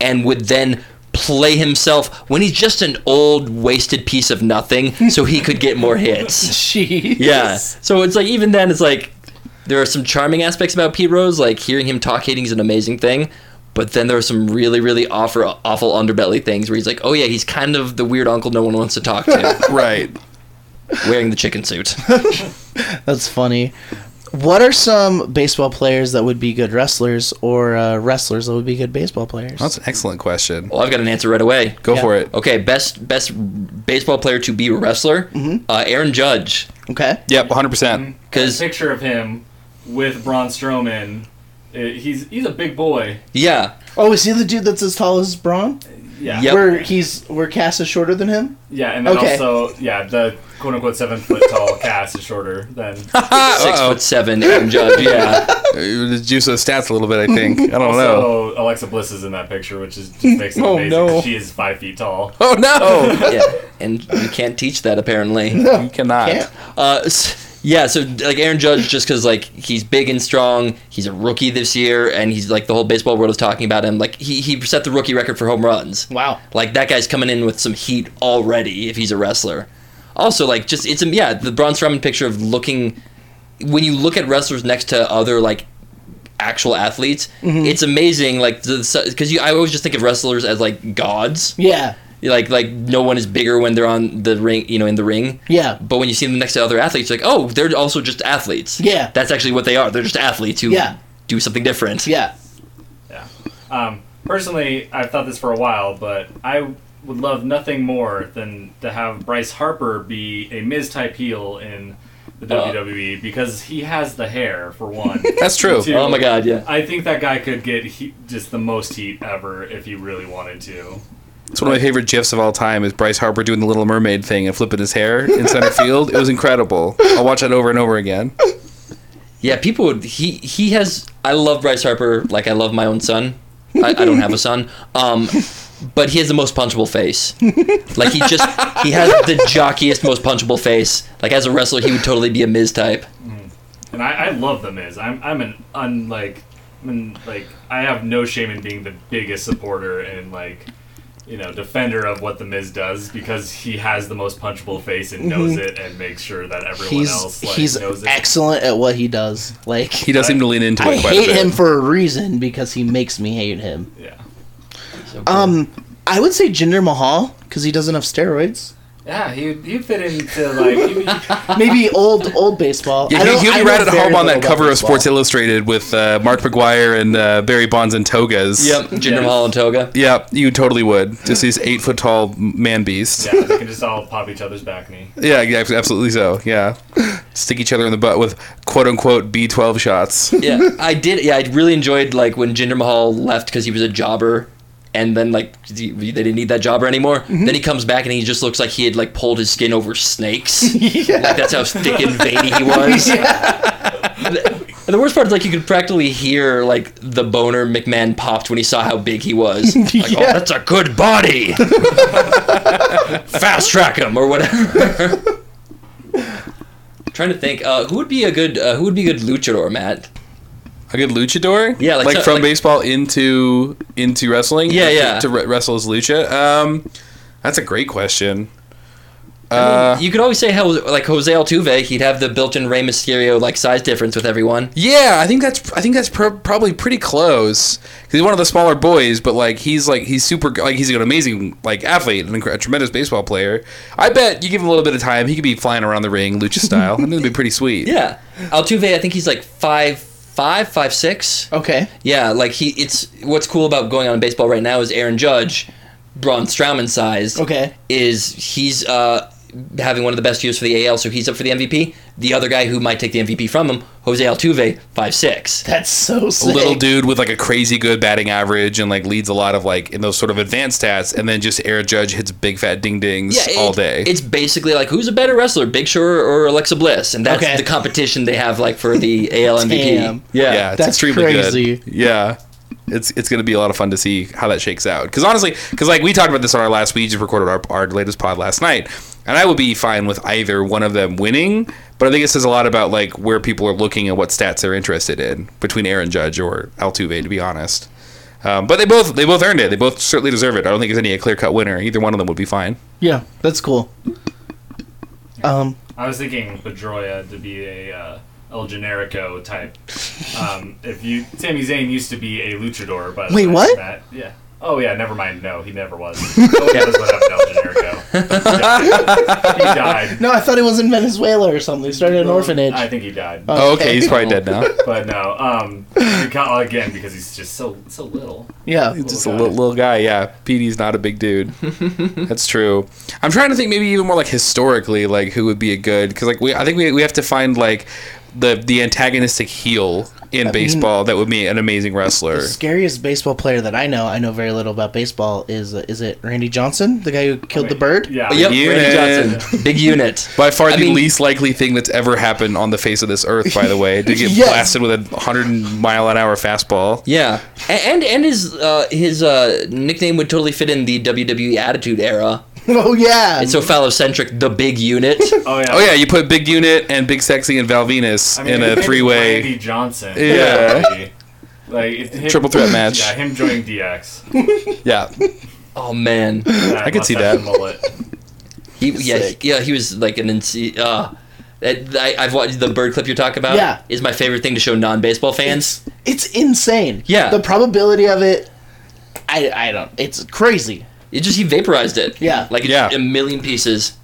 S6: and would then play himself when he's just an old wasted piece
S5: (laughs)
S6: of nothing so he could get more hits.
S3: Jeez.
S6: Yeah. So it's like even then it's like there are some charming aspects about Pete Rose, like hearing him talk hitting is an amazing thing. But then there are some really, really awful, awful underbelly things where he's like, "Oh yeah, he's kind of the weird uncle no one wants to
S5: (laughs)
S6: talk to,
S5: right
S6: wearing the chicken suit."
S3: That's funny. What are some baseball players that would be good wrestlers, or uh, wrestlers that would be good baseball players?
S5: that's an excellent question
S6: Well, I've got an answer right away.
S5: go
S3: Yeah.
S5: for it
S6: Okay, best best baseball player to be a wrestler, uh, Aaron Judge,
S3: okay.
S5: yep 100% percent
S3: Mm-hmm.
S6: because
S4: Picture of him with Braun Strowman. Uh, He's he's a big boy.
S6: Yeah.
S3: Oh, is he the dude that's as tall as Braun?
S4: Yeah.
S6: Yep.
S3: Where he's where Cass is shorter than him?
S4: Yeah, and then
S3: Okay.
S4: also yeah, the quote unquote seven foot (laughs) tall Cass is shorter
S5: (laughs)
S4: than
S5: Ah,
S6: Six foot seven, Aaron Judge. Yeah.
S5: Just juice those stats a little bit, I think. I
S3: (laughs)
S5: don't know.
S4: also Alexa Bliss is in that picture, which is just makes it
S5: (laughs) Oh,
S4: amazing.
S5: no.
S4: 'cause She is five feet tall.
S5: Oh
S3: (laughs)
S5: no!
S6: yeah. And you can't teach that apparently.
S5: you cannot.
S3: Can't.
S6: Uh, s- yeah, so like Aaron Judge, just because like he's big and strong, he's a rookie this year, and he's like the whole baseball world is talking about him. Like he he set the rookie record for home runs.
S3: Wow.
S6: Like that guy's coming in with some heat already if he's a wrestler. Also, like just it's a yeah the Braun Strowman picture of looking when you look at wrestlers next to other like actual athletes,
S3: Mm-hmm.
S6: it's amazing like because you I always just think of wrestlers as like gods
S3: Yeah.
S6: like like no one is bigger when they're on the ring you know in the ring
S3: Yeah.
S6: but when you see them next to other athletes you're like oh they're also just athletes
S3: Yeah.
S6: that's actually what they are they're just athletes who
S3: Yeah.
S6: do something different
S3: Yeah.
S4: Yeah. Um, personally, I've thought this for a while, but I would love nothing more than to have Bryce Harper be a Miz type heel in the
S6: Uh.
S4: WWE because he has the hair for
S5: (laughs)
S4: one.
S5: That's true.
S4: Two,
S6: oh my god yeah
S4: I think that guy could get he- just the most heat ever if he really wanted to.
S5: It's one of my favorite gifs of all time is Bryce Harper doing the Little Mermaid thing and flipping his hair
S3: (laughs)
S5: in center field. It was incredible. I'll watch that over and over again.
S6: yeah people would he he has i love bryce harper like i love my own son i, I don't have a son um but he has the most punchable face like he just he has the jockiest most punchable face like as a wrestler he would totally be a miz type
S4: And I, I love the Miz. I'm I'm an unlike, I'm an, like I have no shame in being the biggest supporter and like, you know, defender of what the Miz does because he has the most punchable face and knows it and makes sure that everyone
S3: Mm-hmm. He's
S4: else like
S3: he's
S4: knows it.
S3: excellent at what he does. Like
S5: He does seem to lean into
S3: I
S5: it quite a
S3: hate
S5: bit.
S3: him for a reason because he makes me hate him.
S4: yeah,
S3: Um, I would say Jinder Mahal because he does enough (laughs) steroids.
S4: yeah. He he fit into like he,
S3: (laughs) Maybe old old baseball.
S5: Yeah,
S3: I
S5: he,
S3: don't-
S5: he'll
S3: I
S5: be
S3: know
S5: right at
S3: very
S5: home on
S3: little
S5: that
S3: about
S5: cover of
S3: baseball.
S5: Sports Illustrated with uh, Mark McGuire and uh, Barry Bonds and togas.
S6: yep
S4: Yes.
S6: jinder mahal and toga
S5: Yep, you totally would. Just these eight foot tall man beasts.
S4: yeah. They can just all pop each other's back knee.
S5: (laughs) Yeah, yeah, absolutely so. Yeah. Stick each other in the butt with quote unquote B12 shots.
S6: yeah, I did. Yeah, I really enjoyed like when Jinder Mahal left because he was a jobber, and then like he- they didn't need that jobber anymore. Then he comes back and he just looks like he had like pulled his skin over snakes. Like that's how thick and veiny he was. And the worst part is like you could practically hear like the boner McMahon popped when he saw how big he was. Like, oh,
S3: Yeah.
S6: that's a good body. Fast track him or whatever. (laughs) Trying to think, uh, who would be a good uh, who would be a good luchador, Matt?
S5: A good luchador?
S6: Yeah, like
S5: like,
S6: so-
S5: from
S6: like-
S5: baseball into into wrestling?
S6: Yeah,
S5: To-
S6: yeah.
S5: To, re- wrestle as lucha? Um, that's a great question.
S6: I mean, you could always say how like Jose Altuve, he'd have the built-in Rey Mysterio like size difference with everyone.
S5: Yeah, I think that's I think that's pro- probably pretty close. 'Cause He's one of the smaller boys, but like he's like he's super like he's an amazing like athlete and a tremendous baseball player. I bet you give him a little bit of time, he could be flying around the ring lucha style, and it'd be pretty sweet.
S6: (laughs) Yeah, (gasps) Altuve, I think he's like five five five six.
S3: Okay.
S6: Yeah, like he it's what's cool about going on in baseball right now is Aaron Judge, Braun Strowman size.
S3: Okay.
S6: is he's uh, having one of the best years for the AL, so he's up for the MVP. The other guy who might take the MVP from him, Jose Altuve, five six.
S3: That's so sick.
S5: little dude with like a crazy good batting average and like leads a lot of like in those sort of advanced stats, and then just air judge hits big fat ding dings
S6: it-
S5: all day.
S6: It's basically like who's a better wrestler, Big Show or, or Alexa Bliss, and that's
S3: Okay.
S6: the competition they have like for the AL MVP.
S3: Damn.
S5: yeah, it's
S3: that's
S5: extremely
S3: crazy.
S5: good. Yeah. It's, it's going to be a lot of fun to see how that shakes out. Because honestly, because like we talked about this on our last, we just recorded our, our latest pod last night, and I would be fine with either one of them winning. But I think it says a lot about like where people are looking and what stats they're interested in between Aaron Judge or Altuve, to be honest. Um, but they both they both earned it. They both certainly deserve it. I don't think there's any clear cut winner. Either one of them would be fine.
S3: Yeah, that's cool. Um,
S4: I was thinking Pedroia to be a uh, El Generico type. Um, if you, Sami Zayn used to be a luchador, but
S3: Wait, what?
S4: Matt, yeah. Oh yeah, never mind. No, he never was. (laughs) No one knows what happened to El Generico.
S5: (laughs)
S4: he died.
S3: no, I thought it was in Venezuela or something. He started an orphanage.
S4: I think he died.
S5: Oh, okay, he's probably dead now.
S4: But no, um, because, again because he's just so so little.
S3: yeah.
S5: Just a little, little guy, yeah. Petey's not a big dude. That's true. I'm trying to think maybe even more like historically, like who would be a good because like we I think we, we have to find like the the antagonistic heel in baseball that would be an amazing wrestler.
S3: The scariest baseball player that I know, I know very little about baseball, is uh, is it Randy Johnson, the guy who killed the bird?
S4: Yeah.
S5: Oh,
S6: But yep,
S5: Unit.
S6: Randy Johnson, big (laughs) unit.
S5: By far,
S6: I
S5: the
S6: mean-
S5: least likely thing that's ever happened on the face of this earth. By the way, to get
S3: Yes.
S5: blasted with a hundred mile an hour fastball.
S6: Yeah, A- and and his uh, his uh, nickname would totally fit in the WWE Attitude Era.
S3: (laughs) Oh, yeah.
S6: It's so phallocentric, the big (laughs) unit.
S4: Oh yeah.
S5: Oh yeah, you put Big Unit and Big Sexy and Val Venus
S4: I mean,
S5: in
S4: if
S5: a
S4: it's
S5: three way.
S4: Randy Johnson.
S5: Yeah.
S4: maybe. Like if him,
S5: Triple threat match.
S4: Yeah, him joining
S5: (laughs)
S4: DX.
S5: Yeah,
S6: Oh man,
S4: I
S5: could see that.
S4: Mullet.
S6: he, yeah, he-
S3: Sick.
S6: yeah, he was like an NC. Uh, that- I, I've watched the bird clip you're talking about.
S3: Yeah.
S6: is my favorite thing to show non-baseball fans.
S3: it's insane.
S6: Yeah.
S3: The probability of it, I, I don't, it's crazy.
S6: It just he vaporized it.
S3: Yeah.
S6: like it's
S5: Yeah.
S6: a million pieces.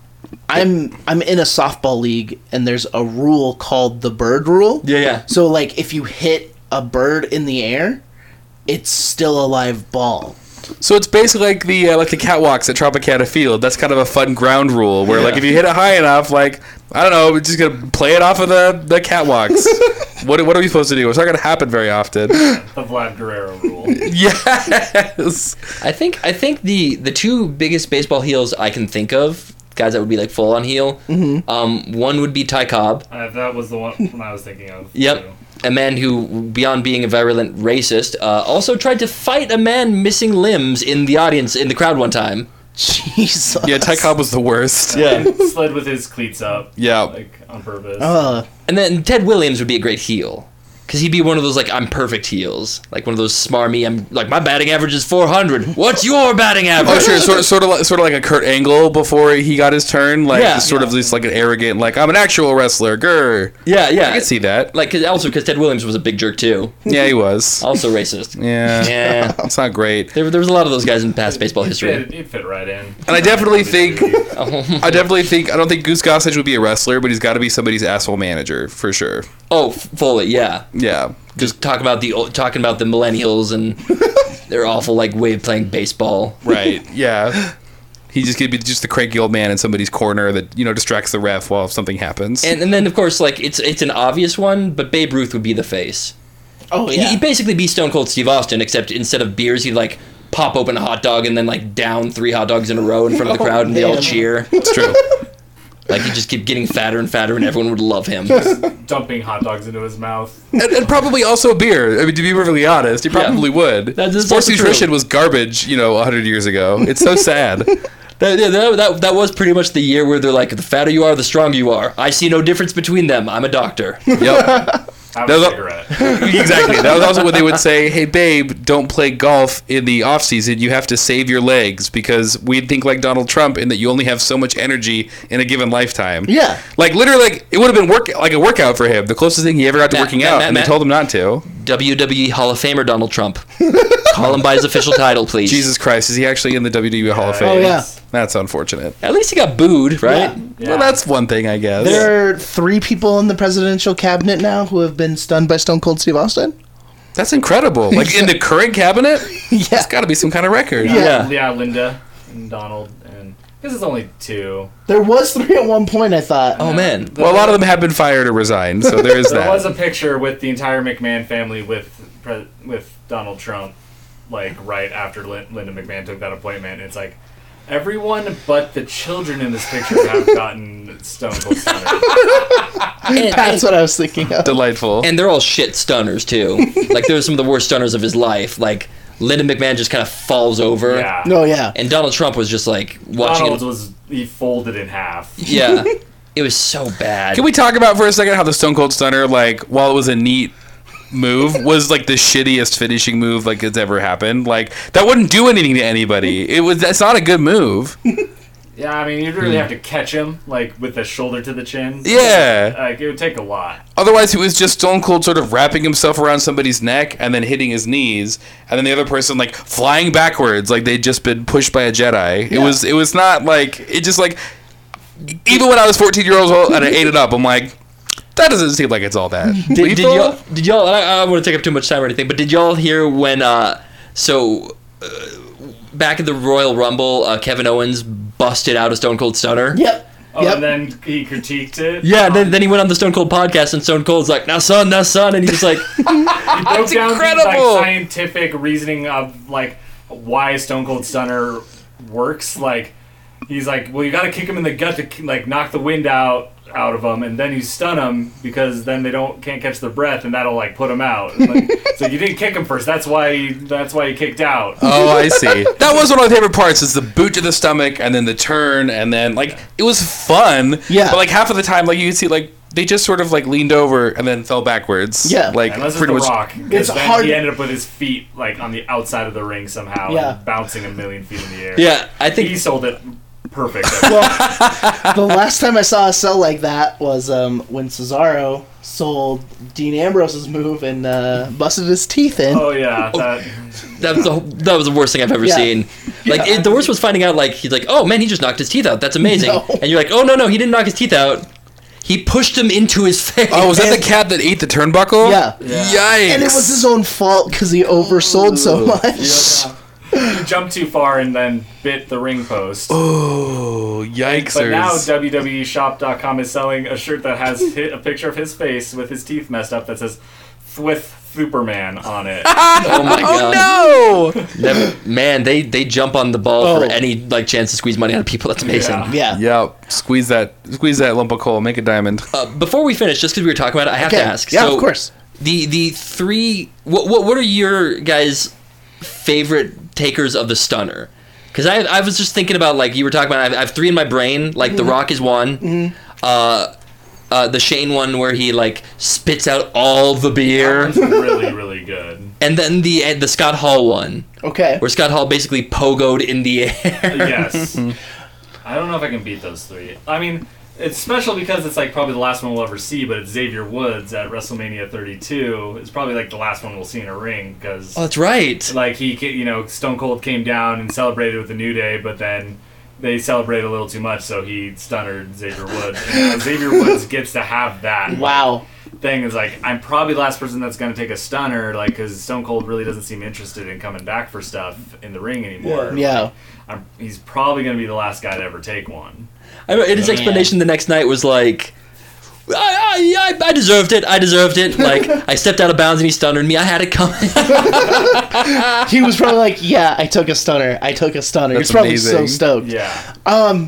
S3: I'm I'm in a softball league and there's a rule called the bird rule.
S6: Yeah, yeah.
S3: So like if you hit a bird in the air, it's still a live ball. (laughs)
S5: so it's basically like the uh, like the catwalks at Tropicana Field. That's kind of a fun ground rule where like if you hit it high enough, like I don't know, we're just gonna play it off of the the
S6: (laughs)
S5: catwalks. what what are we supposed to do? It's not gonna happen very often.
S4: The Vlad Guerrero rule.
S5: yes.
S6: I think I think the the two biggest baseball heels I can think of, guys that would be like full on heel. Um, one would be Ty Cobb.
S4: Uh, that was the one one I was thinking of.
S6: Yep.
S4: too.
S6: A man who, beyond being a virulent racist, uh, also tried to fight a man missing limbs in the audience, in the crowd one time.
S3: Jesus.
S5: Yeah, Ty Cobb was the worst.
S6: Yeah.
S4: Slid with his cleats up.
S5: Yeah.
S4: Like on purpose.
S5: Oh,
S3: Uh,
S6: And then Ted Williams would be a great heel. Because he'd be one of those, like, I'm perfect heels. Like, one of those smarmy, I'm, like, my batting average is 400. What's your batting
S5: (laughs)
S6: average?
S5: Oh sure, sort of, sort of, like, sort of like a Kurt Angle before he got his turn, like
S6: Yeah.
S5: sort of just like an arrogant, like I'm an actual wrestler, grr.
S6: Yeah, yeah.
S5: I can see that.
S6: Like, 'cause- also because Ted Williams was a big jerk, too.
S5: Yeah, he was.
S6: (laughs) Also
S5: (laughs)
S6: racist.
S5: Yeah.
S6: Yeah.
S5: it's not great.
S6: There, there was a lot of those guys in past baseball
S4: He
S6: history.
S4: fit, he fit right in.
S5: And I definitely think,
S6: Oh,
S5: I definitely think, I don't think Goose Gossage would be a wrestler, but he's got to be somebody's asshole manager for sure.
S6: oh, Foley, yeah. (laughs)
S5: Yeah.
S6: just talk about the old, talking about the
S5: (laughs)
S6: millennials and their awful like way of playing baseball.
S5: Right. Yeah. He just could be just the cranky old man in somebody's corner that you know distracts the ref while something happens.
S6: And, and then of course like it's it's an obvious one, but Babe Ruth would be the face.
S3: oh
S6: He-
S3: yeah.
S6: He'd basically be Stone Cold Steve Austin, except instead of beers, he'd like pop open a hot dog and then like down three hot dogs in a row in front of the
S3: Oh,
S6: crowd, and they all
S3: man.
S6: cheer.
S5: it's true.
S6: Like he'd just keep getting fatter and fatter, and everyone would love him.
S4: Dumping hot dogs into his mouth.
S5: and, and probably also beer. I mean, to be perfectly honest, you probably would.
S6: That- that's
S5: Sports
S6: also true.
S5: nutrition was garbage, you know, 100 years ago. It's so
S6: (laughs)
S5: sad.
S6: That, yeah, that, that, that was pretty much the year where they're like, the fatter you are, the stronger you are. I see no difference between them. I'm a doctor.
S5: yep.
S4: Have
S5: No,
S4: a
S5: no.
S4: cigarette.
S5: (laughs) Exactly. That was also what they would say. Hey, babe, don't play golf in the off season. You have to save your legs because we'd think like Donald Trump in that you only have so much energy in a given lifetime.
S3: Yeah.
S5: Like literally, like it would have been work like a workout for him. The closest thing he ever got to
S6: Matt-
S5: working
S6: Matt-
S5: out,
S6: Matt-
S5: and
S6: Matt.
S5: they told him not to.
S6: WWE E Hall of Famer Donald Trump. Call him by his official title,
S5: (laughs)
S6: please.
S5: Jesus Christ, is he actually in the WWE Hall of Fame?
S3: Oh, yeah.
S5: That's unfortunate.
S6: At least he got booed, right?
S4: Yeah.
S5: Well, that's one thing, I guess.
S3: there are three people in the presidential cabinet now who have been stunned by Stone Cold Steve Austin. (laughs)
S5: That's incredible. Like in the current cabinet,
S3: Yeah.
S5: it's got to be some kind of record.
S3: Yeah.
S4: Yeah, Linda and Donald and this is only two.
S3: There was three at one point. I thought.
S6: Oh man.
S5: Well, a lot of them have been fired or resigned, so there
S6: (laughs)
S5: is
S4: There
S5: that.
S4: was a picture with the entire McMahon family with pre- with Donald Trump, like right after Lin- Linda McMahon took that appointment. It's like everyone but the children in this picture have gotten Stone Cold Stunner.
S6: And,
S3: That's what I was thinking of.
S5: Delightful.
S6: and they're all shit stunners too. like they're some of the worst stunners of his life. Like Lyndon McMahon just kind of falls over.
S4: Yeah,
S3: No, yeah.
S6: And Donald Trump was just like watching
S4: Donald
S6: it.
S4: was he folded in half.
S6: Yeah. It was so bad.
S5: Can we talk about for a second how the Stone Cold Stunner, like, while it was a neat
S3: (laughs)
S5: move, was like the shittiest finishing move like it's ever happened. Like that wouldn't do anything to anybody. It was that's not a good move.
S4: Yeah, I mean you'd really have to catch him like with the shoulder to the chin.
S5: Yeah.
S4: Like it would take a lot.
S5: Otherwise, it was just Stone Cold sort of wrapping himself around somebody's neck and then hitting his knees, and then the other person like flying backwards, like they'd just been pushed by a Jedi. It was it was not like it just like even when I was fourteen years old and I ate it up, I'm like. That doesn't seem like it's all that.
S6: did, did
S5: lethal."
S6: y'all? Did y'all? and I, I don't want to take up too much time or anything, but did y'all hear when? Uh, so, uh, back at the Royal Rumble, uh, Kevin Owens busted out a Stone Cold Stunner.
S3: Yep.
S4: Oh,
S3: Yep.
S4: and then he critiqued it.
S6: Yeah, then, then he went on the Stone Cold podcast, and Stone Cold's like, "Now, son, now, son," and he's like,
S4: He broke
S5: That's
S4: down The,
S5: incredible.
S4: like, scientific reasoning of like why Stone Cold Stunner works. Like he's like, well, you got to kick him in the gut to like knock the wind out out of them, and then you stun them because then they don't can't catch their breath, and that'll like put them out. Like, (laughs) so you didn't kick him first. That's why he, that's why he kicked out.
S3: Uh,
S5: Oh, I see. that was one of my favorite parts. Is the boot to the stomach and then the turn and then like it was fun.
S3: Yeah.
S5: But like half of the time, like you would see like they just sort of like leaned over and then fell backwards.
S3: Yeah.
S5: Like
S4: Unless it's
S5: pretty
S4: the
S5: much.
S4: Rock, 'cause
S3: It's
S4: then
S3: hard-
S4: He ended up with his feet like on the outside of the ring somehow,
S3: Yeah.
S4: and bouncing a million feet in the air.
S6: "Yeah, I
S4: he
S6: think."
S4: sold it perfect.
S3: (laughs) Well, the last time I saw a cell like that was um, when Cesaro sold Dean Ambrose's move and uh, busted his teeth in.
S4: oh yeah, that,
S6: That was the that was the worst thing I've ever
S3: Yeah.
S6: seen. Like it, the worst was finding out like he's like, oh man, he just knocked his teeth out. That's amazing.
S3: No.
S6: And you're like, oh no no, he didn't knock his teeth out. He pushed him into his face.
S5: Oh,
S6: (laughs)
S5: was that the cat that ate the turnbuckle?
S3: Yeah.
S5: Yikes.
S3: And it was his own fault because he oversold so much.
S5: (laughs)
S4: he jumped too far and then bit the ring post.
S5: Oh, yikes.
S4: But now E WWEshop.com is selling a shirt that has hit a picture of his face with his teeth messed up that says "Thwith Superman" on it.
S6: Oh my god.
S5: Oh no!
S6: That- man, they they jump on the ball for
S3: Oh.
S6: any like chance to squeeze money out of people. That's amazing.
S4: Yeah.
S3: Yeah.
S5: yep. Squeeze that. Squeeze that lump of coal. Make a diamond.
S6: Uh, before we finish, just because we were talking about it, I have
S3: Okay.
S6: to ask.
S3: Yeah,
S6: so
S3: of course.
S6: The the three. What what what are your guys' favorite takers of the stunner? Because I I was just thinking about like you were talking about. I have, I have three in my brain. Like the Rock is one. Uh, uh, the Shane one where he like spits out all the beer,
S4: It's really, really good.
S6: and then the uh, the Scott Hall one
S3: Okay.
S6: where Scott Hall basically pogoed in the air. (laughs)
S4: Yes. I don't know if I can beat those three. I mean, it's special because it's like probably the last one we'll ever see, but it's Xavier Woods at WrestleMania 32. It's probably like the last one we'll see in a ring because
S6: Oh, that's right.
S4: like he ca- you know Stone Cold came down and celebrated with the New Day, but then they celebrated a little too much, so he stunnered Xavier Woods. And now Xavier
S3: (laughs)
S4: Woods gets to have that
S3: Wow.
S4: thing is like I'm probably the last person that's going to take a stunner, like because Stone Cold really doesn't seem interested in coming back for stuff in the ring anymore.
S3: Yeah.
S4: I'm, he's probably going to be the last guy to ever take one.
S6: I remember his explanation the next night was like, I, I, I, I deserved it. I deserved it. (laughs) Like, I stepped out of bounds and he stunnered me. I had it coming.
S3: He was probably like, "Yeah, I took a stunner. I took a stunner." He was
S5: That's
S3: probably so
S5: amazing.
S3: stoked.
S4: Yeah,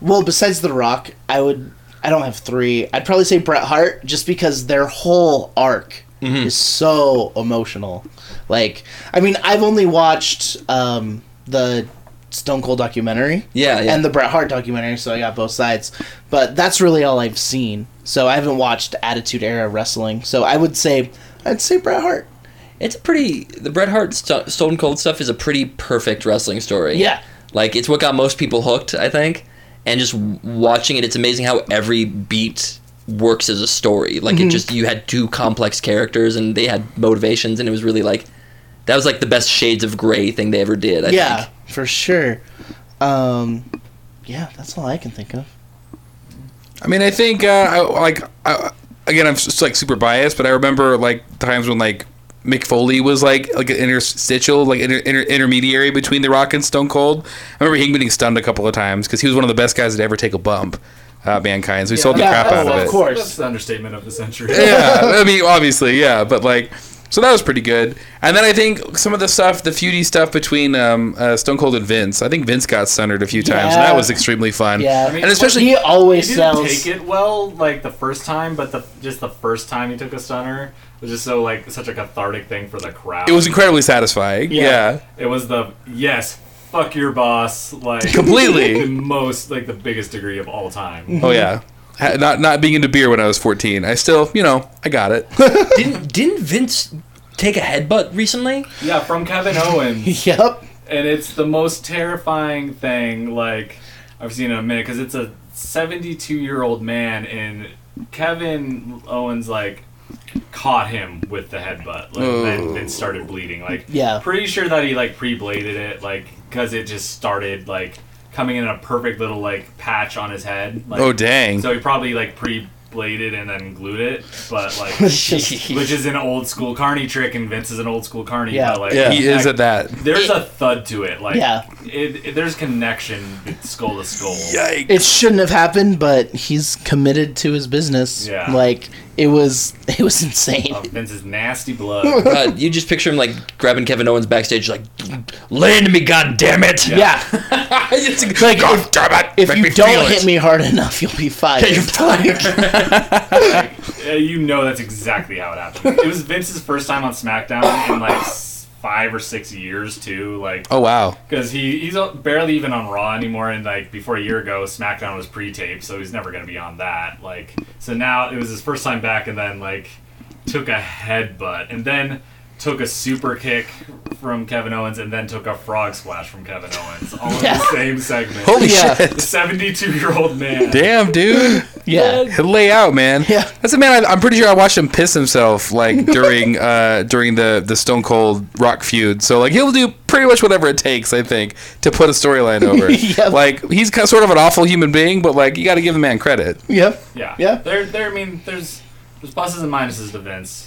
S3: Well, besides The Rock, I would. I don't have three. I'd probably say Bret Hart, just because their whole arc
S6: Mm-hmm.
S3: is so emotional. Like, I mean, I've only watched um, the Stone Cold documentary.
S6: Yeah, yeah.
S3: And the Bret Hart documentary, so I got both sides. But that's really all I've seen. So I haven't watched Attitude Era wrestling. So I would say, I'd say Bret Hart.
S6: it's a pretty. The Bret Hart st- Stone Cold stuff is a pretty perfect wrestling story.
S3: Yeah.
S6: Like, it's what got most people hooked, I think. And just w- watching it, it's amazing how every beat works as a story. Like,
S3: Mm-hmm.
S6: it just. You had two complex characters and they had motivations, and it was really like. That was like the best shades of gray thing they ever did, I
S3: yeah,
S6: think.
S3: for sure. Um, yeah, that's all I can think of.
S5: I mean, I think uh, I, like I, again, I'm just like super biased, but I remember like times when like Mick Foley was like like an interstitial, like inter, inter, intermediary between The Rock and Stone Cold. I remember him getting stunned a couple of times because he was one of the best guys to ever take a bump. Uh, mankind, so he sold the
S3: Yeah,
S5: crap
S3: oh,
S5: out of
S3: of
S5: it.
S3: course.
S4: that's the understatement of the century.
S5: yeah,
S3: (laughs)
S5: I mean, obviously, yeah, but like, so that was pretty good. And then I think some of the stuff, the feudy stuff between um, uh, Stone Cold and Vince. I think Vince got sundered a few times, and
S3: Yeah.
S5: that was extremely fun.
S3: Yeah. I mean,
S5: and especially
S3: he always
S4: he didn't
S3: sells.
S4: take it well like the first time, but the just the first time he took a stunner was just so like such a cathartic thing for the crowd.
S5: it was incredibly satisfying.
S3: Yeah.
S5: yeah.
S4: It was the yes, fuck your boss, like
S5: Completely.
S4: (laughs) the most like the biggest degree of all time.
S5: (laughs) Oh
S3: Mm-hmm.
S5: yeah. Ha- Not not being into beer when I was 14. I still, you know, I
S3: (laughs)
S5: got it.
S6: Didn't, didn't Vince take a
S3: (laughs)
S6: headbutt recently?
S4: yeah, from Kevin Owens,
S3: Yep.
S4: and it's the most terrifying thing like I've seen in a minute because it's a 72 year old man and Kevin Owens like caught him with the headbutt like and it started bleeding like
S3: Yeah.
S4: pretty sure that he like pre-bladed it like because it just started like coming in a perfect little like patch on his head like
S5: Oh dang.
S4: So he probably like pre bladed and then glued it, but
S5: (laughs)
S4: like,
S3: (laughs)
S4: which is an old school carny trick, and Vince is an old school carny.
S3: Yeah.
S4: but, like,
S5: Yeah, he is
S4: like,
S5: at that.
S4: There's a thud to it. Like,
S3: Yeah.
S4: it, it- there's connection with skull to skull.
S5: Yikes.
S3: it shouldn't have happened, but he's committed to his business.
S4: Yeah.
S3: Like it was it was insane.
S4: of Vince's nasty blood.
S6: (laughs) God, Uh, you just picture him like grabbing Kevin Owens backstage, like, land me, God damn it!
S3: yeah.
S6: (laughs) It's like,
S3: Like
S5: God
S3: if,
S5: damn it.
S3: if
S5: Make
S3: you
S5: me feel
S3: don't
S5: it.
S3: hit me hard enough, you'll be fired.
S6: you're fired.
S4: Yeah, you know that's exactly how it happened. It was Vince's first time on SmackDown in like s- five or six years too. Like,
S5: Oh wow.
S4: because he he's barely even on Raw anymore. And like before a year ago, SmackDown was pre-taped, so he's never gonna be on that. Like, so now it was his first time back, and then like took a headbutt, and then. Took a super kick from Kevin Owens and then took a frog splash from Kevin Owens, all in the same segment.
S5: Holy
S3: Yeah.
S5: shit. (laughs)
S4: Seventy-two-year-old man.
S5: Damn, dude.
S3: yeah.
S5: Lay out, man.
S3: Yeah.
S5: That's a man. I, I'm pretty sure I watched him piss himself
S3: (laughs)
S5: like during uh, during the the Stone Cold Rock feud. So like he'll do pretty much whatever it takes, I think, to put a
S3: (laughs)
S5: storyline over.
S3: Yep.
S5: Like he's kind of, sort of an awful human being, but like you got to give the man credit.
S3: Yep.
S4: Yeah.
S3: Yeah.
S4: There, there. I mean, there's there's pluses and minuses to
S5: (laughs)
S4: Vince.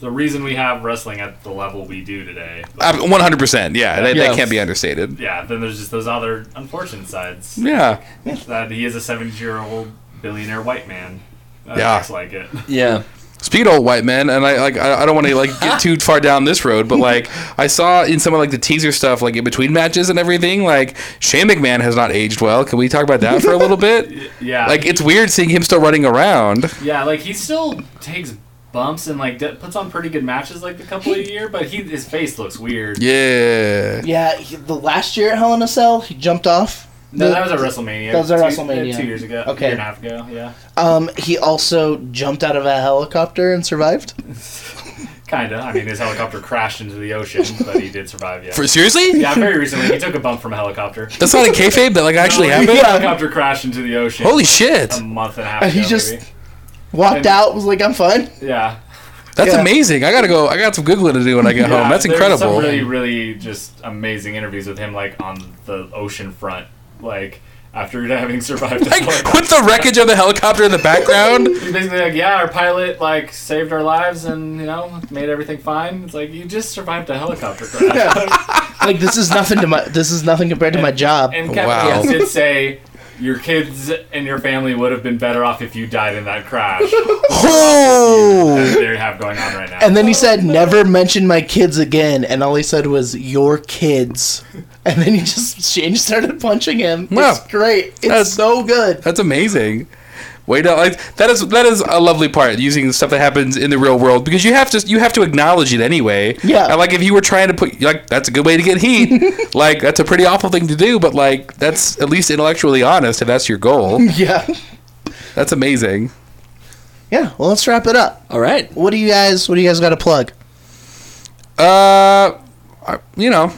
S4: the reason we have wrestling at the level we do today. But,
S5: Uh, 100%. Yeah, that,
S3: Yeah.
S5: that can't be understated.
S4: yeah. Then there's just those other unfortunate sides
S5: Yeah.
S4: that he is a 70 year old billionaire white man. That
S5: Yeah.
S4: Looks like it.
S6: (laughs) yeah.
S5: Speed old white men, and I like I I don't want to
S3: (laughs)
S5: like get too far down this road, but like I saw in some of like the teaser stuff, like in between matches and everything, like Shane McMahon has not aged well. Can we talk about that for a
S3: (laughs)
S5: little bit?
S4: Yeah.
S5: Like it's weird seeing him still running around.
S4: yeah. Like he still takes bumps and like d- puts on pretty good matches like a couple a year, but he his face looks weird.
S5: Yeah.
S3: Yeah. he- the last year at Hell in a Cell, he jumped off.
S4: No,
S3: The-
S4: that was at WrestleMania.
S3: That was at
S4: two-
S3: WrestleMania.
S4: Two years ago.
S3: Okay.
S4: Year and a half ago. Yeah.
S3: Um, he also jumped out of a helicopter and survived.
S4: Kinda. I mean, his helicopter crashed into the
S5: (laughs)
S4: ocean, but he did survive. Yeah.
S5: For seriously?
S4: Yeah, very recently he took a bump from a helicopter.
S5: That's not a kayfabe that
S4: (laughs)
S5: like actually
S4: No, Um, he-
S5: happened.
S4: Helicopter crashed into the ocean.
S5: Holy shit.
S4: A month and a half.
S3: And he
S4: ago,
S3: just-
S4: maybe.
S3: Walked
S4: And-
S3: out, was like, I'm fine.
S4: yeah.
S5: That's
S3: Yeah.
S5: amazing. I gotta go. I got some googling to do when I get
S4: Yeah,
S5: home. That's
S4: there's
S5: incredible.
S4: Some really, really just amazing interviews with him, like on the ocean front, like after (laughs) having survived. this
S5: like (laughs)
S4: helicopter.
S5: with the wreckage of the helicopter in the background.
S4: He's basically like, yeah, our pilot like saved our lives and you know made everything fine. It's like you just survived a helicopter crash.
S3: Like this is nothing to my this is nothing compared to my job.
S4: (laughs) And Kevin
S5: Wow.
S4: Owens did say. Your kids and your family would have been better off if you died in that
S5: (laughs)
S4: crash.
S5: Oh.
S4: they have going on right now.
S3: And then he said, "Never mention my kids again." And all he said was, "Your kids." And then he just Shane just started punching him.
S5: Wow.
S3: It's great. It's
S5: That's-
S3: so good.
S5: That's amazing. Wait, no, like that is that is a lovely part using stuff that happens in the real world because you have to you have to acknowledge it anyway.
S3: Yeah.
S5: And, like if you were trying to put like that's a good way to
S3: (laughs)
S5: get heat. like that's a pretty awful thing to do, but like that's at least intellectually honest if that's
S3: (laughs)
S5: your goal.
S3: Yeah.
S5: That's amazing.
S3: Yeah. Well, let's wrap it up.
S6: All right.
S3: What do you guys? What do you guys got to plug?
S5: Uh, I- you know,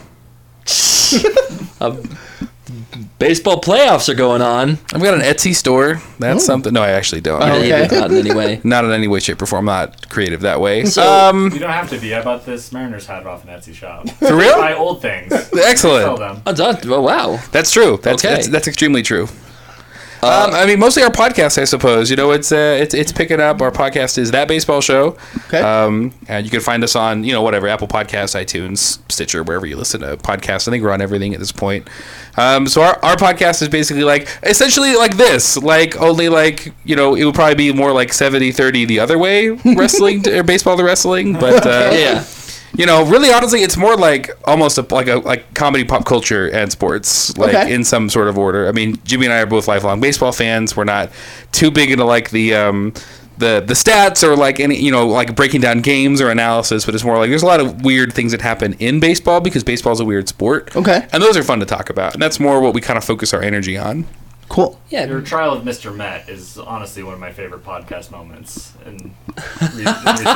S6: Baseball playoffs are going on.
S5: I've got an Etsy store. That's something. No, I actually don't.
S3: Oh.
S6: Yeah,
S3: Okay.
S6: not in any (laughs) way.
S5: Not in any way, shape, or form. I'm not creative that way.
S6: So-
S5: um,
S4: You don't have to be. I bought this Mariners hat off an Etsy
S3: (laughs)
S4: shop.
S5: for real?
S4: Buy old things. Sell
S5: Excellent.
S4: them.
S6: Oh, that- oh, wow.
S5: That's true. That's
S6: Okay.
S5: that's, that's extremely true. um, I mean, mostly our podcast, I suppose. You know, it's uh, it's it's picking up. Our podcast is that baseball show.
S3: Okay.
S5: Um, and you can find us on you know whatever Apple Podcasts, iTunes, Stitcher, wherever you listen to podcasts. I think we're on everything at this point. Um, so our, our podcast is basically like essentially like this, like only like you know it would probably be more like 70-30 the other way, wrestling (laughs) to, or baseball to wrestling, but uh,
S6: Yeah.
S5: you know, really, honestly, it's more like almost a, like a like comedy, pop culture, and sports, like
S3: Okay.
S5: in some sort of order. I mean, Jimmy and I are both lifelong baseball fans. We're not too big into like the um, the the stats or like any you know like breaking down games or analysis, but it's more like there's a lot of weird things that happen in baseball because baseball's a weird sport.
S3: Okay.
S5: and those are fun to talk about, and that's more what we kind of focus our energy on.
S3: Cool.
S6: Yeah.
S4: Your trial of Mr. Met is honestly one of my favorite podcast moments in, re- in
S5: (laughs)
S4: recent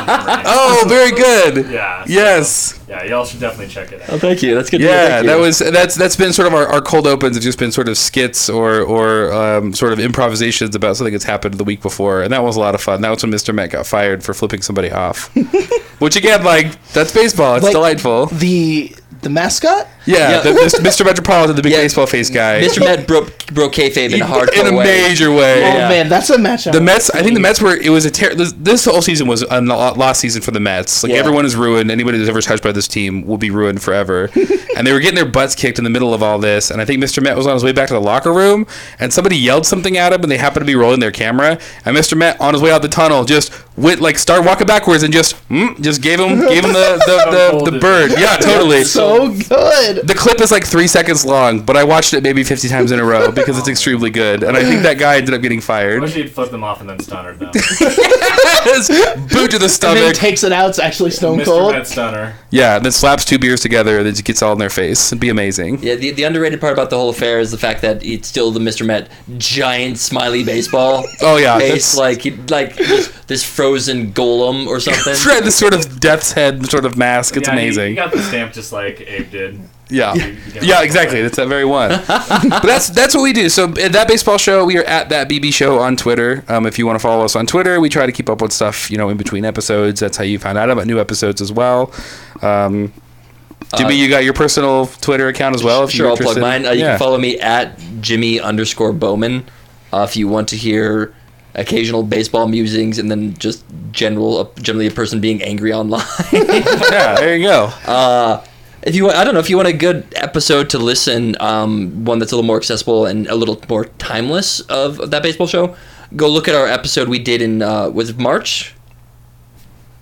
S4: memory.
S5: Oh, very good.
S4: Yeah. so-
S5: Yes.
S4: Yeah, y'all should definitely check it out.
S6: Oh, thank you. That's good. to hear.
S5: Yeah,
S6: Thank
S5: that
S6: (laughs) you.
S5: was that's that's been sort of our, our cold opens have just been sort of skits or or um, sort of improvisations about something that's happened the week before, and that was a lot of fun. That was when Mr. Met got fired for flipping somebody
S6: (laughs)
S5: off, which again, like that's baseball. It's
S3: Like-
S5: delightful. (laughs)
S3: The the mascot.
S5: Yeah,
S6: Yeah.
S5: The, Mr. Mr. Metropolitan, the big baseball face guy.
S6: Mr. Met broke broke
S5: (laughs)
S6: kayfabe in a hardcore
S5: in a
S6: way.
S5: major way.
S3: Oh man, that's a match. I
S5: The
S3: wanna
S5: Mets. I
S3: see.
S5: think the Mets were. It was a ter- this, this whole season was a lo- lost season for the Mets. Like
S6: Yeah.
S5: everyone is ruined. Anybody who's ever touched by this team will be ruined forever. and they were getting their butts kicked in the middle of all this. And I think Mr. Met was on his way back to the locker room, and somebody yelled something at him, and they happened to be rolling their camera. And Mr. Met on his way out the tunnel just went like started walking backwards and just mm, just gave him gave him the the, the, the,
S4: Unfolded.
S5: bird. Yeah, totally.
S3: so good.
S5: The clip is like three seconds long, but I watched it maybe 50 times in a row because it's extremely good. And I think that guy ended up
S4: I
S5: getting
S4: wish
S5: fired.
S4: he'd flip them off and then stunner
S5: (laughs)
S4: them.
S5: Boot to
S3: And
S5: the
S3: then
S5: stomach.
S3: takes it out. It's actually Stone
S4: Mr.
S3: Cold.
S4: Met Stunner.
S5: yeah, then slaps two beers together and then just gets all in their face. It'd be amazing.
S6: Yeah, the, the underrated part about the whole affair is the fact that it's still the Mr. Met giant smiley baseball.
S5: Oh, yeah, that's-
S6: face like he, like this, this frozen golem
S5: (laughs)
S6: or something.
S5: Fred, this sort of death's head sort of mask. It's
S4: Yeah, he- He,
S5: amazing.
S4: got the stamp just like Abe did.
S5: yeah.
S4: got-
S5: Yeah, exactly. That's that very one. but that's that's what we do. So at that baseball show, we are at that BB show on Twitter. Um, if you want to follow us on Twitter, we try to keep up with stuff you know in between episodes. That's how you found out about new episodes as well. Um, Jimmy, you got your personal Twitter account as well. If
S6: Uh, sure,
S5: you're
S6: I'll plug
S5: interested.
S6: mine. Uh, you
S5: Yeah. (laughs)
S6: can follow me at Jimmy underscore Bowman uh, if you want to hear occasional baseball musings and then just general, uh, generally a person being angry online. (laughs)
S5: yeah, there you go.
S6: If you, want, I don't know, if you want a good episode to listen, um, one that's a little more accessible and a little more timeless of that baseball show, go look at our episode we did in uh, was it March.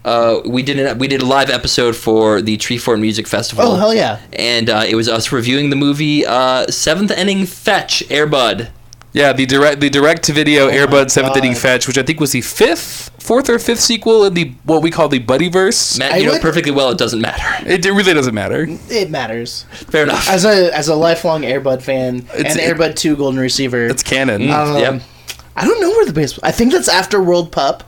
S6: Uh, we did an, we did a live episode for the Treefort Music Festival.
S3: Oh, hell yeah.
S6: And uh, it was us reviewing the movie uh, Seventh Inning Fetch Airbud.
S5: Yeah, the direct the direct to video Airbud Seventh Inning
S3: Oh God.
S5: Fetch, which I think was the fifth, fourth or fifth sequel in the what we call the Buddyverse.
S6: Matt,
S3: I
S6: you know
S3: would-
S6: perfectly well it doesn't matter.
S5: it, it really doesn't matter.
S3: It matters.
S6: Fair enough.
S3: As a as a lifelong Airbud fan
S5: It's-
S3: and
S5: it-
S3: Airbud Two Golden Receiver,
S5: It's canon.
S3: um,
S6: yep.
S3: I don't know where the baseball. I think that's after World Pup.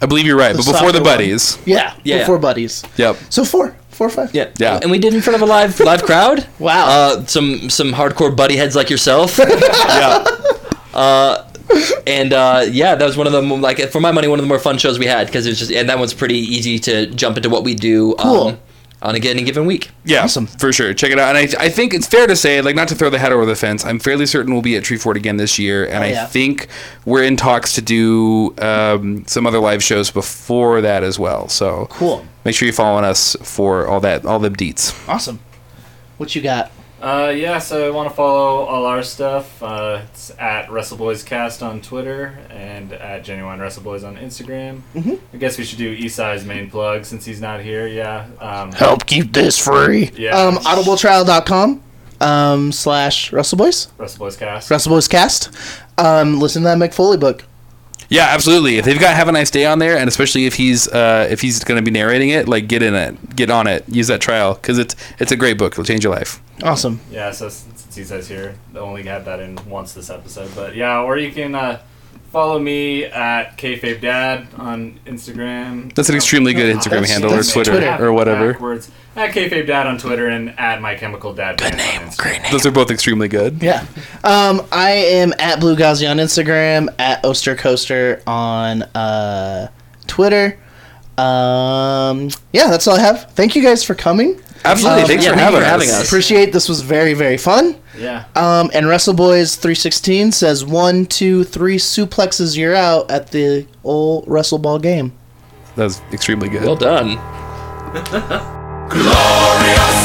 S5: I believe you're right, but before
S3: soccer
S5: the
S3: one.
S5: buddies.
S3: Yeah,
S6: Yeah.
S3: before buddies. (laughs)
S5: Yep.
S3: So four, four or five.
S6: Yeah.
S5: Yeah.
S6: And we did in front of a live live crowd.
S3: (laughs) Wow.
S6: Uh, some some hardcore buddy heads
S3: (laughs)
S6: like yourself.
S5: Yeah.
S6: and uh, yeah, that was one of the mo- like for my money one of the more fun shows we had because it's just and that one's pretty easy to jump into what we do
S3: Cool.
S6: um, on a, any given week.
S5: Yeah,
S3: Awesome.
S5: for sure. Check it out, and I, I think it's fair to say, like, not to throw the head over the fence. I'm fairly certain we'll be at Tree Fort again this year, and
S3: Oh, yeah.
S5: I think we're in talks to do um, some other live shows before that as well. So
S3: Cool.
S5: Make sure you're following us for all that, all the deets.
S3: Awesome. What you got?
S4: Uh, yeah, so I want to follow all our stuff. Uh, it's at WrestleBoysCast on Twitter and at Genuine WrestleBoys on Instagram. Mm-hmm. I guess we should do Isai's main plug since he's not here. Yeah. Um,
S3: Help keep this free.
S4: Yeah.
S3: Um, audibletrial.com um, slash Russell Boys,
S4: WrestleBoysCast.
S3: Russell Boys Cast. Um, listen to that McFoley book.
S5: Yeah, absolutely. If they've got "Have a Nice Day" on there, and especially if he's uh, if he's going to be narrating it, like get in it, get on it, use that trial because it's it's a great book. It'll change your life.
S3: Awesome.
S4: Yeah, so s- since Isai's here, I only had that in once this episode. But yeah, or you can uh, follow me at kayfabe dad on Instagram.
S5: That's an extremely good
S4: Oh,
S5: Instagram
S3: that's-
S5: handle or
S3: that's
S5: Twitter,
S3: Twitter.
S5: or whatever.
S4: Backwards. At kayfabe dad on Twitter and at my chemical dad. Good name. Great.
S5: Those are both extremely good.
S3: Yeah. Um, I am at Blue Gauzy on Instagram, at Ostercoaster on uh, Twitter. Um, yeah, that's all I have. Thank you guys for coming.
S5: Absolutely.
S3: Um,
S5: Thanks
S6: yeah,
S5: for,
S6: thank you
S5: having,
S6: for
S5: us.
S6: having us.
S3: Appreciate this was very, very fun.
S4: Yeah.
S3: Um, and Wrestle Boys 316 says one, two, three suplexes, you're out at the old Wrestle Ball game.
S5: That was extremely good.
S6: Well done.
S2: glorious.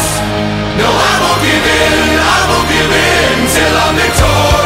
S2: No, I won't give in. I won't give in till I'm victorious.